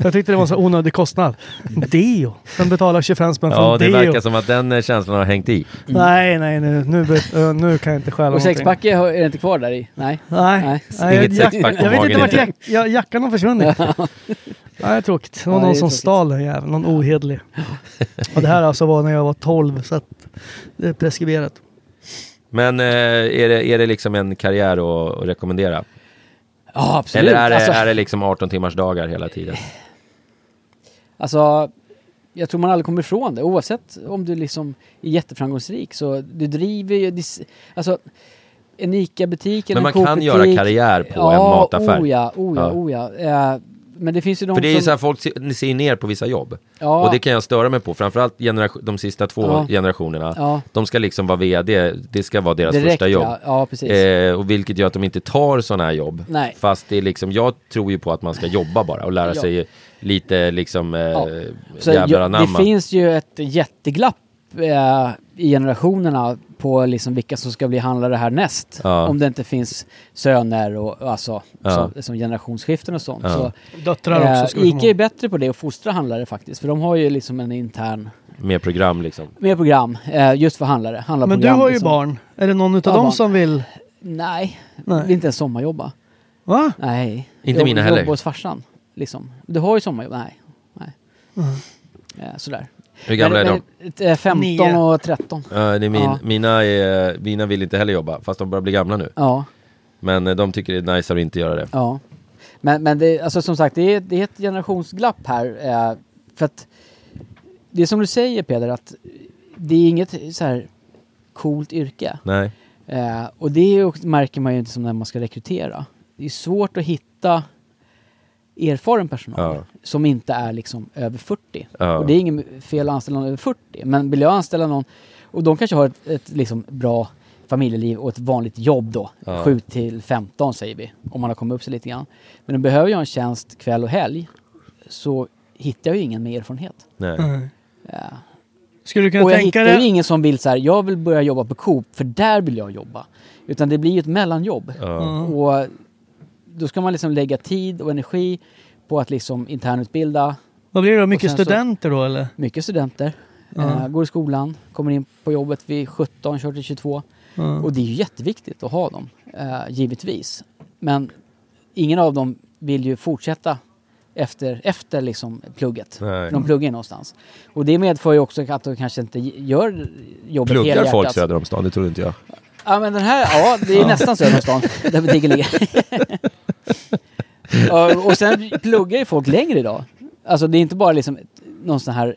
Jag tyckte det var en så onödig kostnad. Deo? Sen betalar 25 spänn för Ja, en det deo. verkar som att den eh, känslan har hängt i. Nej, nej, nu, nu, be- eh, nu kan jag inte stjäla Mm. Och någonting. sexpacke har- är det inte kvar där i? Nej. Nej. Nej. Nej, Inget jack- sexpack på Jag vet inte magen vart inte. jack, ja, jackan har försvunnit. Nej, det är tråkigt. Det var Ja, det någon är som tråkigt. stal den jäveln. Någon ohederlig. Och det här alltså var när jag var 12 så att det är preskriberat. Men eh, är, det, är det liksom en karriär att, att rekommendera? Ja, absolut. Eller är det, Alltså- är det liksom 18 timmars dagar hela tiden? Alltså, jag tror man aldrig kommer ifrån det. Oavsett om du liksom är jätteframgångsrik så du driver ju... dis- Alltså, en ICA-butik eller Men en man kan göra Coop-butik- karriär på ja, en mataffär. Oh ja, oh ja, Ja. oh ja. Eh, men det finns ju de För det är som... ju så här, folk se- ser ner på vissa jobb. Ja. Och det kan jag störa mig på, framförallt generation, de sista två Ja. generationerna. Ja. De ska liksom vara VD, det ska vara deras direkt, första jobb. Ja, ja precis. Eh, och vilket gör att de inte tar sådana här jobb. Nej. Fast det är liksom, jag tror ju på att man ska jobba bara och lära Ja. sig lite liksom eh, Ja. Så jävlar jag, det anamma. finns ju ett jätteglapp eh, i generationerna på liksom vilka som ska bli handlare härnäst. Ja. Om det inte finns söner och och alltså, Ja. som, som generationsskiften och sånt. Ja. Så, Döttrar också ska vi komma Ica är ihåg. bättre på det och fostra handlare faktiskt. För de har ju liksom en intern, Med program liksom. mer program, eh, just för handlare. handlarprogram Men du har ju liksom. barn. Är det någon utav Ja, dem barn. som vill... Nej, Nej. vill inte ens sommarjobba. Va? Nej. Inte Jobb- mina heller. Jobba hos farsan. Liksom. Du har ju sommarjobb. Nej. Nej. Mm. Eh, sådär. Hur gamla är de? de? 15 Nio. och 13. Ja, det är min, Ja. mina, är, mina vill inte heller jobba, fast de börjar bli gamla nu. Ja, Men eh, de tycker det är nice att inte göra det. ja. Men, men det, alltså, som sagt, det är, det är ett generationsglapp här. Eh, för att det är som du säger Peder, att det är inget så här coolt yrke. Nej. Eh, och det är ju, också- märker man ju inte som när man ska rekrytera. Det är svårt att hitta erfaren personal Ja. som inte är liksom över 40. Ja. Och det är inget fel att anställa någon över 40. Men vill jag anställa någon, och de kanske har ett, ett liksom bra familjeliv och ett vanligt jobb då. Ja. 7 till 15 säger vi, om man har kommit upp sig lite grann. Men då behöver jag en tjänst Mm. kväll och helg så hittar jag ju ingen med erfarenhet. Nej. Nej. Skulle du kunna och jag tänka hittar dig... ju ingen som vill så här, jag vill börja jobba på Coop för där vill jag jobba. Utan det blir ju ett mellanjobb. Mm. Och då ska man liksom lägga tid och energi på att liksom internutbilda Vad blir det då? Mycket Och sen så- studenter då eller? mycket studenter. Eh, går i skolan, kommer in på jobbet vid 17, kör till 22. Och det är ju jätteviktigt att ha dem, eh, givetvis. Men ingen av dem vill ju fortsätta efter, efter liksom plugget. Nej. De pluggar ju någonstans. Och det medför ju också att de kanske inte gör jobbet Pluggar helhjärtat. folk söder om stan? Det trodde inte jag. Ja men den här, ja det är nästan söder om stan där butiken ligger. Ja, och sen pluggar ju folk längre idag. Alltså det är inte bara liksom någon sån här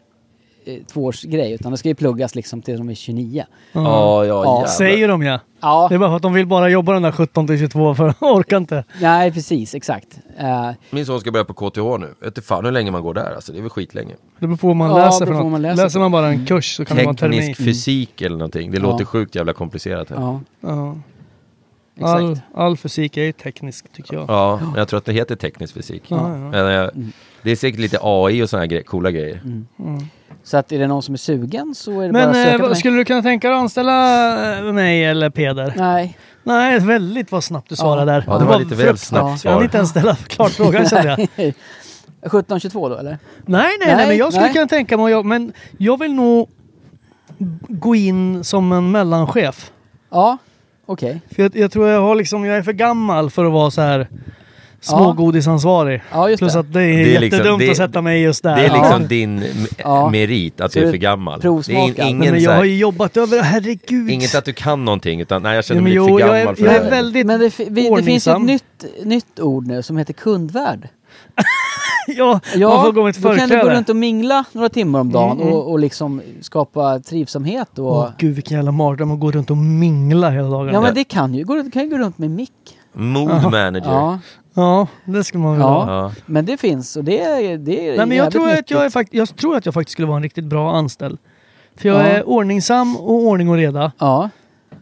eh, tvåårsgrej utan det ska ju pluggas liksom till de är 29. Ja, ja, Ja. jävlar. Säger de Mm. ja. Ja, Det är bara för att de vill bara jobba de där 17 till 22 för de orkar inte. nej precis, exakt. Eh, Min son ska börja på KTH nu. Jag vet inte fan hur länge man går där alltså. Det är väl skitlänge. Det beror på vad man Ja, läser för det beror på något. vad man läser läser för. man bara en kurs så kan det vara en termin. Mm. Teknisk fysik eller någonting. Det Ja. låter sjukt jävla komplicerat. Här. ja, Ja. exakt. All, all fysik är ju teknisk tycker jag. Ja, men jag tror att det heter teknisk fysik. Ja, ja. Men, eh, det är säkert lite AI och sådana gre- coola grejer. Mm. Så att är det någon som är sugen så är det bara att Men söka eh, till vad- mig. skulle du kunna tänka dig att anställa eh, mig eller Peder? Nej, Nej, väldigt vad snabbt du svarade där. Ja, det var lite väl fruktansvärt. snabbt Ja. Jag hann svar. inte ens ställa klart frågan kände jag. Nej, 17-22 då eller? nej, nej, Nej, men jag skulle nej. kunna tänka mig att jag, men jag vill nog gå in som en mellanchef. Ja, okej. För jag, jag tror jag har liksom, jag är för gammal för att vara så här smågodisansvarig. Ja, just Plus det. att det är, Det är liksom- jättedumt det- att sätta mig just där. Det är Ja. liksom din m- Ja. merit att Så du är du för gammal. Det är in- provsmakar. Nej, ingen, men så jag här- har ju jobbat över, herregud. inget att du kan någonting utan nej jag Ja, känner men mig jo, för jag gammal är, för det jag är här. väldigt Men det, fi- vi, det finns ju ett ordningsam. nytt, nytt ord nu som heter kundvärd. Ja, man Ja, får gå med ett då kan du gå förkläde. Mm, runt och mingla några timmar om dagen och, och liksom skapa trivsamhet. Och, Åh gud vilken jävla mardröm att gå runt och mingla hela dagarna. ja, men det kan ju. Gå- Du kan ju gå runt med mick. Mood manager. Ja, Ja, det skulle man vilja Ja. ha. Ja. men det finns och det är, det är Nej, men jag, jävligt tror att jag, är nyttigt. fakt- jag tror att jag faktiskt skulle vara en riktigt bra anställd. För jag Ja. är ordningsam och ordning och reda. Ja,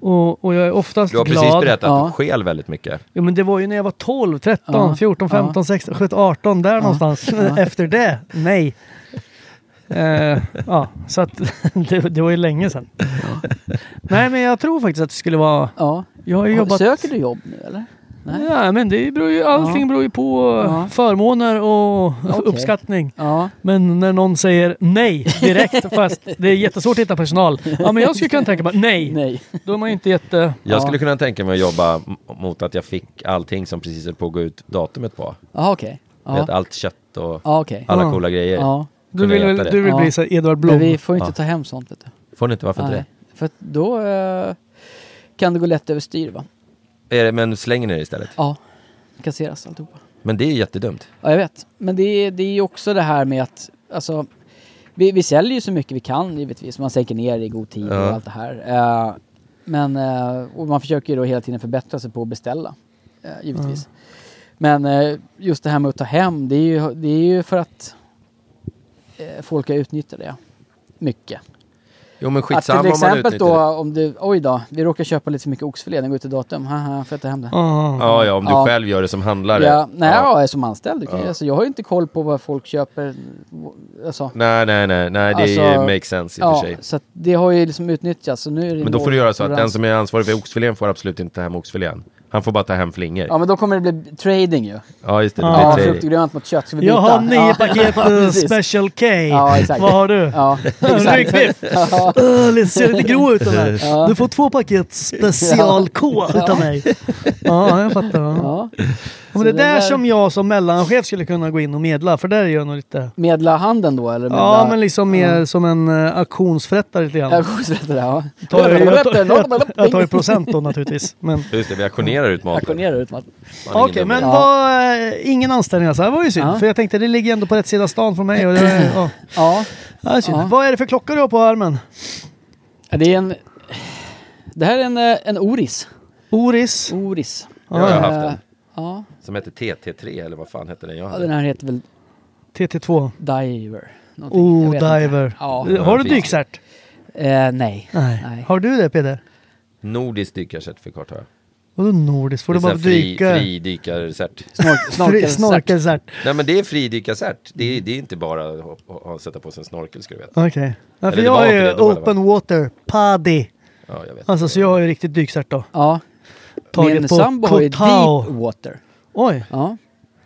Och, och jag är oftast Du har precis glad. berättat Ja. att du skäl väldigt mycket. Ja, men det var ju när jag var 12, 13, Ja. 14, 15, 16, 17, 18. Där någonstans. Efter det, nej. Eh, ja, så att det, det var ju länge sedan. Nej, men jag tror faktiskt att det skulle vara... ja. Jag har ju jobbat... Söker du jobb nu eller? Nej. Ja, men det beror ju, allting Ja. beror ju på eh, Ja. förmåner och Okej. uppskattning. Ja, Men när någon säger nej direkt, fast det är jättesvårt att hitta personal. Ja, men jag skulle kunna tänka mig nej. nej. Då är man ju inte jätte... Jag Ja. skulle kunna tänka mig att jobba m- mot att jag fick allting som precis höll på att gå ut datumet på. Ja, okej. Du Vet, Ja, allt kött och ja okej. alla Ja. coola grejer. Ja. Du vill, Kunna väl, äta det. du vill Ja. bli så här Edvard Blom. Men vi får ju inte Ja. ta hem sånt vet du. Får ni inte, varför inte Nej. För att då eh, kan det gå lätt överstyr va? det? Är det? Men slänger ni det istället? Ja, kasseras alltihopa. Men det är jättedumt. Ja, jag vet. Men det, är- det är ju också det här med att, alltså, vi, vi säljer ju så mycket vi kan givetvis. Man sänker ner i god tid Ja. och allt det här. Eh, men, eh, och man försöker ju då hela tiden förbättra sig på att beställa, eh, givetvis. Men eh, just det här med att ta hem, det är ju, det är ju för att eh, folk har utnyttjat det mycket. Jo men Att till skitsamma om man exempel utnyttjar då det. om du, oj då, vi råkar köpa lite för mycket oxfilé, den går ut i datum, haha, får jag ta hem det? Ja. Ja, ja, om du Ja. själv gör det som handlare. Ja, nej, Ja. ja. som anställd. Du kan, Ja. ju- alltså, jag har ju inte koll på vad folk köper. Alltså, Nej, nej, nej, nej det Alltså, är makes sense i och ja, för sig. så att det har ju liksom utnyttjats. Så nu är det Men då får du göra så att den nolltolerans. som är ansvarig för oxfilén får absolut inte ta hem oxfilén. Han får bara ta hem flingor. Ja, men då kommer det bli trading ju. Ja, just det. Det Ja, Ja, blir frukt och trading. grönt mot kött. Ska vi byta? Jag har nio ja. paket Ja, eh, precis. Special K. Ja, exakt. Vad har du? Ja, Ryggbiff! Ja, Öh, det ser lite grå ut den här. Du får två paket special K utav mig. Ja, jag fattar. Ja. ja. Men det, Så är det där där- som jag som mellanchef skulle kunna gå in och medla, för där är jag nog lite... Medla handeln då eller? Medla... Ja, men liksom mer som en uh, auktionsförrättare lite grann. Ja, auktionsrätter, ja. Tar, jag, jag, tar, jag tar ju procent då naturligtvis. Men, Just det, vi auktionerar ut maten. Auktionerar ut maten. Man är Okej, ingen dum men idé. vad, eh, ingen anställning alltså. Det var ju synd. Ja. För jag tänkte det ligger ändå på rätt sida stan för mig. Och det, var- ja. Ja, Ja, det är synd. Ja. Vad är det för klocka du har på armen? det är en... Det här är en, eh, en oris. Oris. Oris. Jag har haft en Ja, som hette TT3 eller vad fan hette den jag ja, hade. den här heter väl TT2. Diver. någonting. Jag Oh, vet inte. diver. Ja. Har du Finns det? dykcert? Eh, nej. Nej. Nej. Har du det Peder? Nordiskt dykarcertifikat har jag. Vadå nordiskt? Får det du är så bara här fri, dyka? fridykarcert. Snork, Fri- snorkel, snart. Snorkelcert. Nej men det är fridykarcert. Det är, det är inte bara att ha- ha- sätta på sig en snorkel ska du veta. Okej. Ja, för Eller det jag var är inte ju det då, eller open water paddy. Ja, jag vet. Alltså så jag är ju riktigt dykcert då. Ja. Tagit Min på sambo har ju Kotao. deep water. Oj, Ja.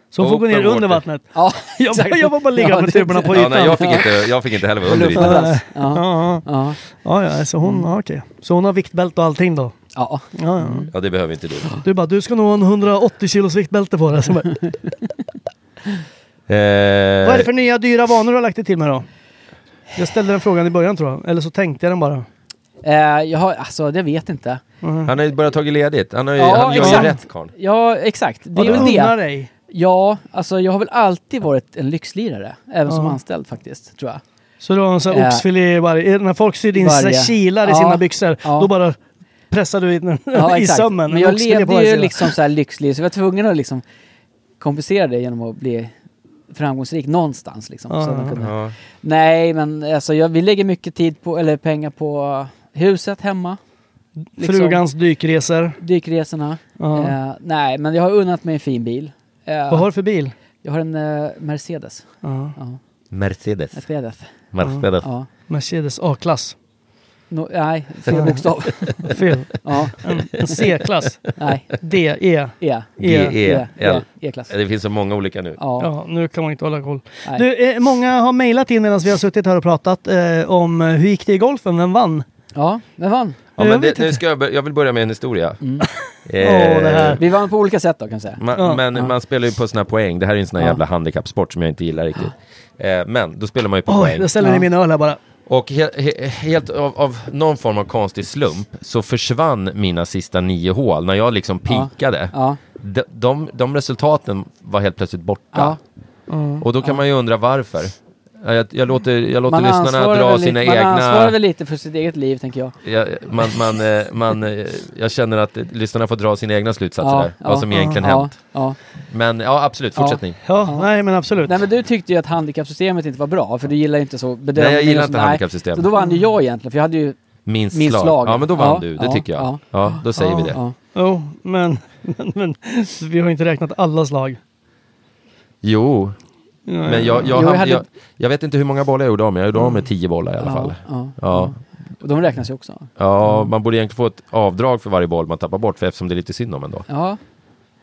så hon får gå Open ner under water. vattnet. Ja, Jag, bara- jag var bara ligga med det- tuberna på Ja, ytan. nej, jag, fick inte, jag fick inte heller vara under ytan. Luftmadrass. Ja. Ja, ja. Ja. ja, ja så, Mm. hon, ja, okej. så hon har viktbälte och allting då? ja. Ja, ja. Ja, det behöver inte du. Du bara, du ska nog ha en 180 kilos viktbälte på dig. Så Bara, Eh, vad är det för nya dyra vanor du har lagt dig till med då? Jag ställde den frågan i början tror jag, eller så tänkte jag den bara. Eh, jag har, alltså, jag vet inte. Han har ju börjat tagit ledigt. Han, har ju, Ja, han gör exakt. ju rätt karln. Ja, exakt. Det Ja, är du väl det. unnar dig. Ja, alltså jag har väl alltid varit en lyxlirare. Även som anställd faktiskt, tror jag. Så du har en sån här Eh. oxfilé i varje, när folk syr in Varje. varje. kilar i Ja. sina byxor, Ja. då bara pressar du in den Ja, i exakt. sömmen. Men en jag oxfilé på levde varje ju sida. liksom så här lyxliv, så jag var tvungen att liksom kompensera det genom att bli framgångsrik någonstans. Liksom, så att man kunde... Ja. Nej, men alltså, jag, vi lägger mycket tid på, eller pengar på huset hemma. liksom. Frugans dykresor. Dykresorna. Ja. Eh, nej, men jag har unnat mig en fin bil. Eh, Vad har du för bil? Jag har en eh, Mercedes. Ja. Ja, Mercedes. Mercedes. Mercedes. Ja. Mercedes A-klass. No, nej, fel bokstav. Fel. ja, En, en C-klass. nej. D, E. E. E. G-E-L. E. E-klass. Det finns så många olika nu. Ja. Ja, nu kan man inte hålla koll. Nej. Du, eh, många har mejlat in medan vi har suttit här och pratat eh, om eh, hur gick det i golfen, vem vann? ja, vem vann? Ja, Jag men vet det, inte. nu ska jag, bör- jag vill börja med en historia. Mm. Eh, Åh, det här. Vi vann på olika sätt då kan jag säga. Man, Ja. men man spelar ju på såna här poäng. Det här är ju en sån här Ja. jävla handikappsport som jag inte gillar riktigt. Eh, men då spelar man ju på Oj, poäng. jag ställer i Ja. min öl här bara. Och he, he, helt av, av någon form av konstig slump så försvann mina sista nio hål när jag liksom Ja. pikade. Ja. De, de, de resultaten var helt plötsligt borta. Och då kan man ju undra varför. Eh, Jag, jag låter, jag låter lyssnarna ansvarar dra väl sina lite, Man ansvarar egna... väl lite för sitt eget liv, tänker jag. Jag, man, man, eh, man, eh, jag känner att eh, lyssnarna får dra sina egna slutsatser Ja, där, ja, vad som egentligen Ja, hänt. ja. Men ja, absolut, Ja. fortsättning. Ja, nej men absolut. Nej, men du tyckte ju att handikappsystemet inte var bra, för du gillar ju inte så bedömning. Nej, jag gillar och så- inte nej. handikappsystem. Så då vann ju jag egentligen, för jag hade ju... Minst Minst slag. slag, Ja, men då vann ja, du, det ja, tycker jag. ja. Ja, då säger vi det. Ja, Jo, men, men, men vi har ju inte räknat alla slag. Jo, men jag, Jo, jag, jag hamn- hade- jag, jag vet inte hur många bollar jag gjorde av med. Jag gjorde av med tio bollar i alla fall. ja. Mm. Ja. Och de räknas ju också. ja, man borde egentligen få ett avdrag för varje boll man tappar bort, för eftersom det är lite synd om en då. Ja.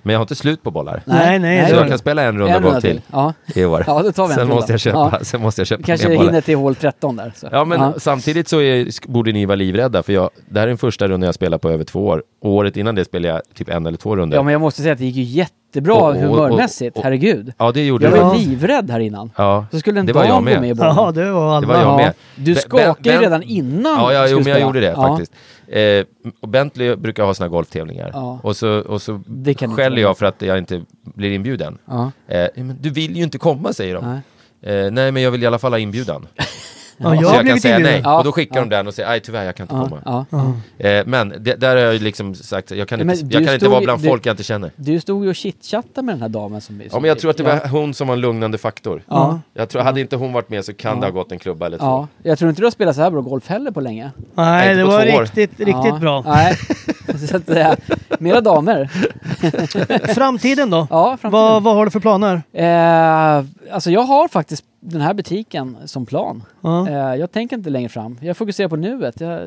Men jag har inte slut på bollar. Nej, nej. Nej, Så det det var jag det. kan spela en runda En boll till Ja. i år. Ja, då tar vi en sen, runda. måste jag köpa, Ja. sen måste jag köpa Kanske mer jag bollar. hinner till hål 13 där. Så. Ja, men samtidigt så är, sk- borde ni vara livrädda, för jag, det här är den första rundan jag spelar på över två år. Och året innan det spelade jag typ en eller två runder. ja, men jag måste säga att det gick ju jättebra Och- och- och- humörmässigt, och- herregud. Ja, det gjorde Jag du. var livrädd här innan. Ja, Så skulle en det var dam jag gå med i med. bollen. Jaha, det var alla. Det var jag Ja. med. Du Be- skakade ju Ben- redan innan Ja, ja du jo, men skulle jag spela. gjorde det Ja. faktiskt. Eh, och Bentley brukar ha sina golftävlingar. Ja. Och så, och så Det kan inte skäller vara jag för att jag inte blir inbjuden. Ja. Eh, men du vill ju inte komma, säger de. Nej. Eh, nej, men jag vill i alla fall ha inbjudan. Ja, så jag har jag kan blivit säga nej. inbjuden. Ja. Och då skickar Ja. de den och säger, nej tyvärr, jag kan inte komma. Ja. Eh, men det, där har jag ju liksom sagt, jag kan Men inte, du jag kan inte stod- vara bland du- folk jag inte känner. Du stod ju och chitchattade med den här damen som... Ja, men jag tror att det var hon som var en lugnande faktor. Ja. Jag tror, hade inte hon varit med så kan det ha gått en klubba eller två. Ja, jag tror inte du har spelat så här bra golf heller på länge. Nej, Nej, det inte på var två år. riktigt, riktigt ja. bra. Nej. Så att, äh, mera damer. Framtiden då? Ja, framtiden. Vad, vad har du för planer? Eh, alltså jag har faktiskt den här butiken som plan. Ja. Eh, jag tänker inte längre fram. Jag fokuserar på nuet. Jag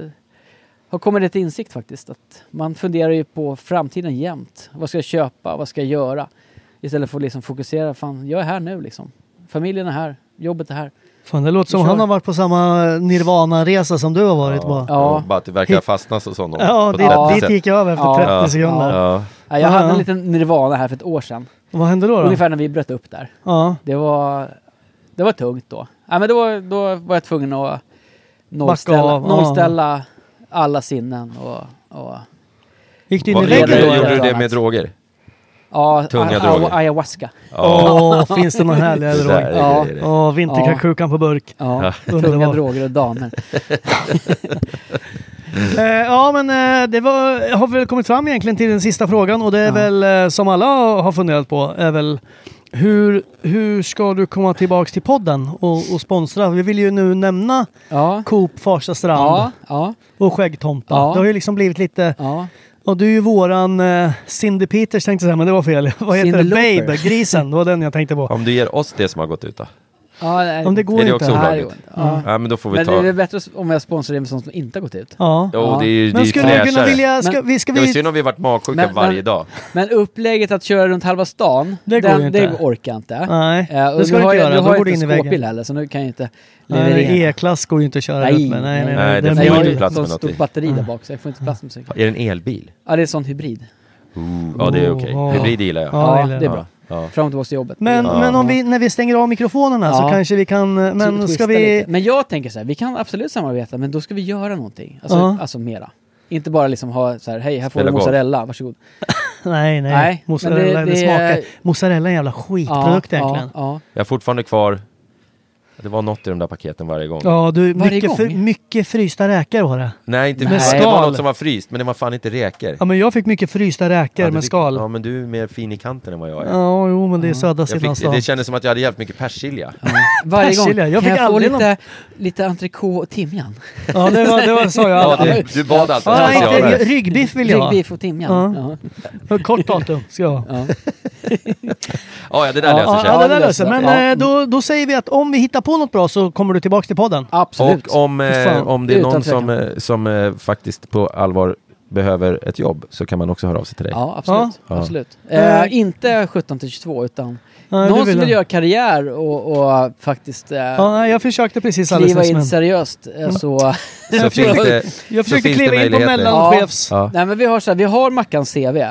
har kommit till insikt faktiskt. Att man funderar ju på framtiden jämt. Vad ska jag köpa? Vad ska jag göra? Istället för att liksom fokusera. Fan, jag är här nu liksom. Familjen är här. Jobbet är här. Fan, det låter som kör. han har varit på samma Nirvana-resa som du har varit. Bara. Ja, Ja. Bara att det verkar fastnas hos honom. på dit, 30 dit sätt. gick jag över efter Ja. 30 Ja. sekunder. Ja. Eh, Jag Aha. hade en liten nirvana här för ett år sedan. Vad hände då? då? Ungefär när vi bröt upp där. Ja. Det var, det var tungt då. Ja, men då, då var jag tvungen att nollställa, av, ja. nollställa alla sinnen. Och, och, Gick du in i Vad, det gjorde, räcker väggen du, då, gjorde då? du eller? det Jonas. med droger? ja, Tunga a- a- droger. Ayahuasca. Åh, finns det någon härligare Det drog? där Ja. är grejer. Åh, vinterkräksjukan på burk. Ja, tunga Underbart. droger och damer. Eh, ja, men eh, det var, har vi väl kommit fram egentligen till den sista frågan och det är Ja. väl eh, som alla har funderat på är väl hur, hur ska du komma tillbaks till podden och, och sponsra? Vi vill ju nu nämna Ja, Coop Farsta Strand ja, ja, och Skäggtomta. Ja. Det har ju liksom blivit lite ja. Och du är ju våran eh, Cindy Peters tänkte jag säga, men det var fel. Vad heter Cyndi det? Lauper. Babe, grisen. Det var den jag tänkte på. Om du ger oss det som har gått ut då? Ja, nej. Om det går är det inte. också Nej, det olagligt? går inte. Ja. Ja, men då får vi Men ta... det är det bättre om jag sponsrar det med sånt som inte har gått ut. Ja. Jo, Ja. det är ju det är Men ju skulle du kunna fräschare. vilja... Ska, vi, ska Det var vi, synd om vi varit magsjuka Men- men- varje dag. Men upplägget att köra runt halva stan, Det går ju inte. det orkar jag inte. Nej, Eh, och det ska nu du har inte jag- göra. Nu Då har går jag du in i inte skåpbil väggen. heller, så nu kan jag inte Nej, leverera. E-klass går ju inte att köra Nej, runt med. Nej, nej, nej, nej. nej, det Den får blir- man har inte ju plats sån med något i. stort batteri Mm. där bak, så jag får inte plats med cykeln. Är det en elbil? Ja, det är sån hybrid. Ja, det är okej. Åh. Hybrid gillar jag. Ja, Ja, det är det är bra. bra. Ja. Fram och tillbaka till jobbet. Men, Det är- men om vi, när vi stänger av mikrofonerna så Ja. kanske vi kan... eh, Men Twista ska vi... lite. Men jag tänker så här, vi kan absolut samarbeta, men då ska vi göra någonting. Alltså, Ja. alltså mera. Inte bara liksom ha så här, hej, här får Spela du golf. mozzarella, varsågod. Nej, nej. Nej, men mozzarella, det, det- det smakar... är- Mozzarella är en jävla skitprodukt ja, egentligen. Ja, Ja, Jag har fortfarande kvar... Det var något i de där paketen varje gång. du, Varje mycket, gång. fr, mycket frysta räkor var det. Nej, inte Med nej, det var skal. något som var fryst, men det var fan inte räkor. Ja, men jag fick mycket frysta räkor Ja, du med fick- skal. Ja, Ja, men du är mer fin i kanten än vad jag är. jo, men det är södra Jag sidan fick, det stan. kändes som att jag hade jävligt mycket persilja. ja. Varje gång. Persilja, jag kan fick jag få aldrig lite, lite entrecote och timjan? Ja, det var, det var så jag Ja, du, alltid. du bad alltid Ja, om nej, inte, specialer. ryggbiff vill jag ha. Ryggbiff och timjan. Ja. Ja. Kort datum ska jag ha. Ja. Ja, ja, det där löser Ja, sig. ja, det där Ja, det löser löser Men jag. Ja. eh, då, då säger vi att om vi hittar på något bra så kommer du tillbaka till podden. Absolut. Och om, eh, Fan, om det är utan någon tvekan. som, eh, som eh, faktiskt på allvar behöver ett jobb så kan man också höra av sig till dig. Ja, absolut. Ja. absolut. Ja. Eh, inte 17 till 22 utan Nej, någon det som jag. vill göra karriär och, och faktiskt eh, Ja, Mm. nej, jag försökte precis alldeles kliva nyss. in Men... seriöst. Eh, så, Så finns Jag försökte, det, jag så försökte finns det kliva in på möjligheter. mellanchefs... ja. nej, men vi har så här, vi har Mackans CV.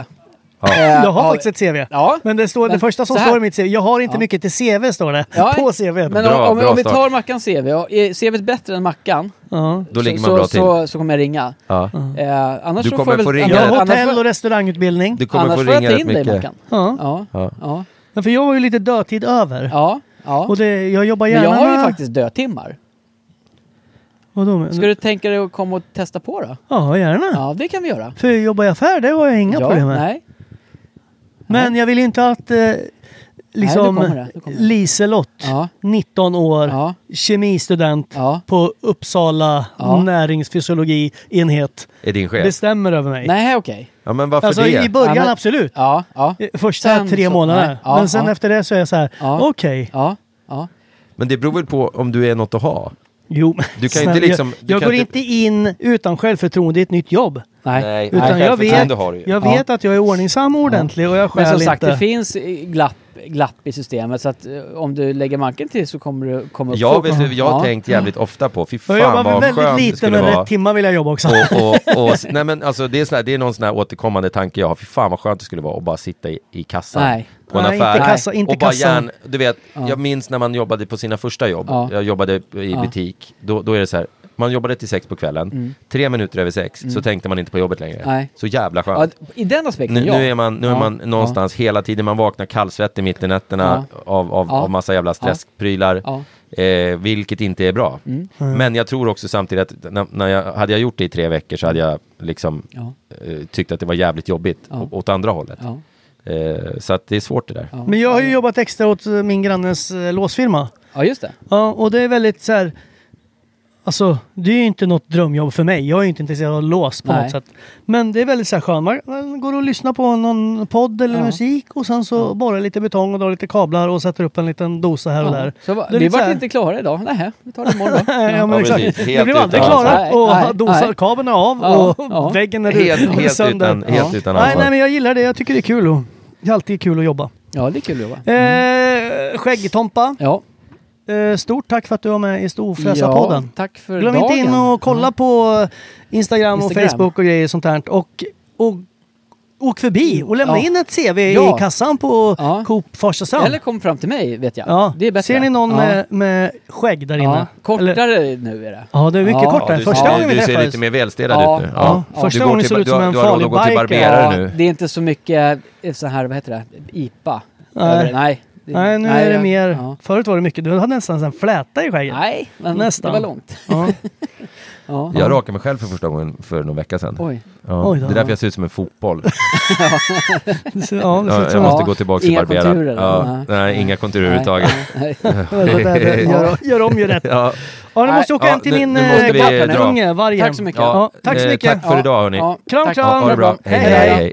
Eh, Jag har har- faktiskt ett CV. Ja, Men det, står, det Men första som så här- står i mitt CV, jag har inte Ja. mycket till CV står det. Ja, på CV. men Bra, om, om, bra om vi start. tar Mackans CV, ja, är CVt bättre än Mackan ja. Då ligger så, man bra så, till. så, så kommer jag ringa. Ja. Eh, annars Du så kommer får jag väl- få ringa. Jag Ja, har annars- hotell och annars- restaurangutbildning. Du kommer annars få får jag ringa ta rätt in dig mycket. Mackan. Ja. Ja, Ja. ja, ja. Ja, För jag var ju lite dödtid över. ja, Och det, jag jobbar Men gärna jag har ju med- faktiskt dödtimmar. Vadå, men... Ska du tänka dig att komma och testa på då? Ja, gärna. Ja, det kan vi göra. För jobbar jag affär, det har jag inga ja, problem med. Nej. Men jag vill inte att eh, liksom Nej, då kommer det, då kommer det. Liselott, Ja. 19 år, Ja. kemistudent Ja. på Uppsala Ja. näringsfysiologienhet Är din chef? bestämmer över mig. Nej, okej. Ja, men varför alltså det? i början Ja, men- absolut. Ja, ja. Första Sen tre så- månaderna. nej, ja, Men sen ja. efter det så är jag så här, Ja. okej. Ja, ja. Men det beror väl på om du är något att ha? Jo, men Du kan snälla, inte liksom- Jag, du jag kan går inte inte- in utan självförtroende i ett nytt jobb. Nej. Nej. Men Utan jag vet, självförtroende har du ju. jag Ja. vet att jag är ordningsam och ordentlig och jag skäl som sagt, inte. det finns eh, glapp, glapp i systemet så att eh, om du lägger manken till så kommer du komma upp Jag fort. vet du, jag har Ja. tänkt jävligt ofta på, fy jag fan jobbar vad väldigt skönt det lite skulle men vara. rätt timmar vill jag jobba också. Och, och, och, nej men alltså det är, sån här, det är någon sån här återkommande tanke jag har, fy fan vad skönt det skulle vara att bara sitta i, i kassan Nej. på en Nej, affär. inte kassa- inte och bara kassan. järn, du vet, jag minns när man jobbade på sina första jobb, Ja. jag jobbade i butik, då, då är det så här, man jobbade till sex på kvällen, Mm. tre minuter över sex så tänkte man inte på jobbet längre. Nej. Så jävla Ja, skönt. I den aspekten, Nu, ja. nu är man, nu är Ja, man ja. någonstans hela tiden, man vaknar kallsvettig mitt i nätterna av, av, Ja. av massa jävla stressprylar. Ja. Mm. Eh, vilket inte är bra. Mm. Men jag tror också samtidigt att när, när jag, hade jag gjort det i tre veckor så hade jag liksom Ja. eh, tyckt att det var jävligt jobbigt å- åt andra hållet. Ja. Eh, så att det är svårt det där. Men jag har ju jobbat extra åt eh, min grannes eh, låsfirma. Ja, just det. Ja, och det är väldigt så här... Alltså, det är ju inte något drömjobb för mig. Jag är ju inte intresserad av lås på Nej. något sätt. Men det är väldigt så här skönt. Man- Man går och lyssnar på någon podd eller Ja. musik och sen så borrar lite betong och drar lite kablar och sätter upp en liten dosa här och Ja. där. Så, va- Det är vi lite så vart här- inte klara idag. Nej, vi tar det imorgon då. Ja, men Ja, exakt. precis. Vi Helt blev aldrig utan klara ansvar. Nej, och nej, dosar nej. kabeln är av Ja, och ja. väggen är Helt, ut- helt, sönder. utan, helt utan nej, nej, ansvar. men jag gillar det. Jag tycker det är kul. Och, det är alltid kul att jobba. Ja, det är kul att jobba. Mm. Eh, Skäggtompa, Ja. eh, stort tack för att du var med i ja, Storfräsa-podden. tack för Glöm dagen. inte in och kolla på Instagram, och Instagram. Facebook och grejer sånt där. Och, och åk förbi och lämna Ja. in ett CV Ja. i kassan på Ja. Coop Farstastrand. Eller kom fram till mig, vet jag. ja. Det är bättre. Ser ni någon Ja. med, med skägg där inne? Ja. Eller- Kortare nu är det. Ja, det är mycket Ja. kortare. Ja, du, Första gången ser, vi du ser träffades. lite mer välstädad Ja, ut nu. ja. Första går gången till- såg ut som en du har råd farlig att gå till biker. barberare Ja, nu. Det är inte så mycket eh, så här, vad heter det, IPA. Nej. över det. nej. Det- Nej, nu är det jag- mer... ja. Förut var det mycket. Du hade nästan en fläta i skägget. Nej, men Nästan. det var långt. Ja. Ja. Jag rakade mig själv för första gången för någon vecka sedan. Oj. Ja. Oj det då. är därför jag ser ut som en fotboll. Så- ja, det ser ut Ja, som jag att- måste Ja. gå tillbaka till Inga barberaren. konturer, Ja. nej. Nej, inga konturer överhuvudtaget. Nej. Ja, det där- det- Gör, gör om ju rätt. Ja. Ja, nu måste jag åka Ja, hem till nu- min nu måste eh, vi dra. kattunge, vargen. Tack så mycket. Ja, tack så eh, mycket. Tack för Ja, idag hörni. ja. Kram, Tack. kram. Ha det bra. Hej, Hej, hej. hej, hej.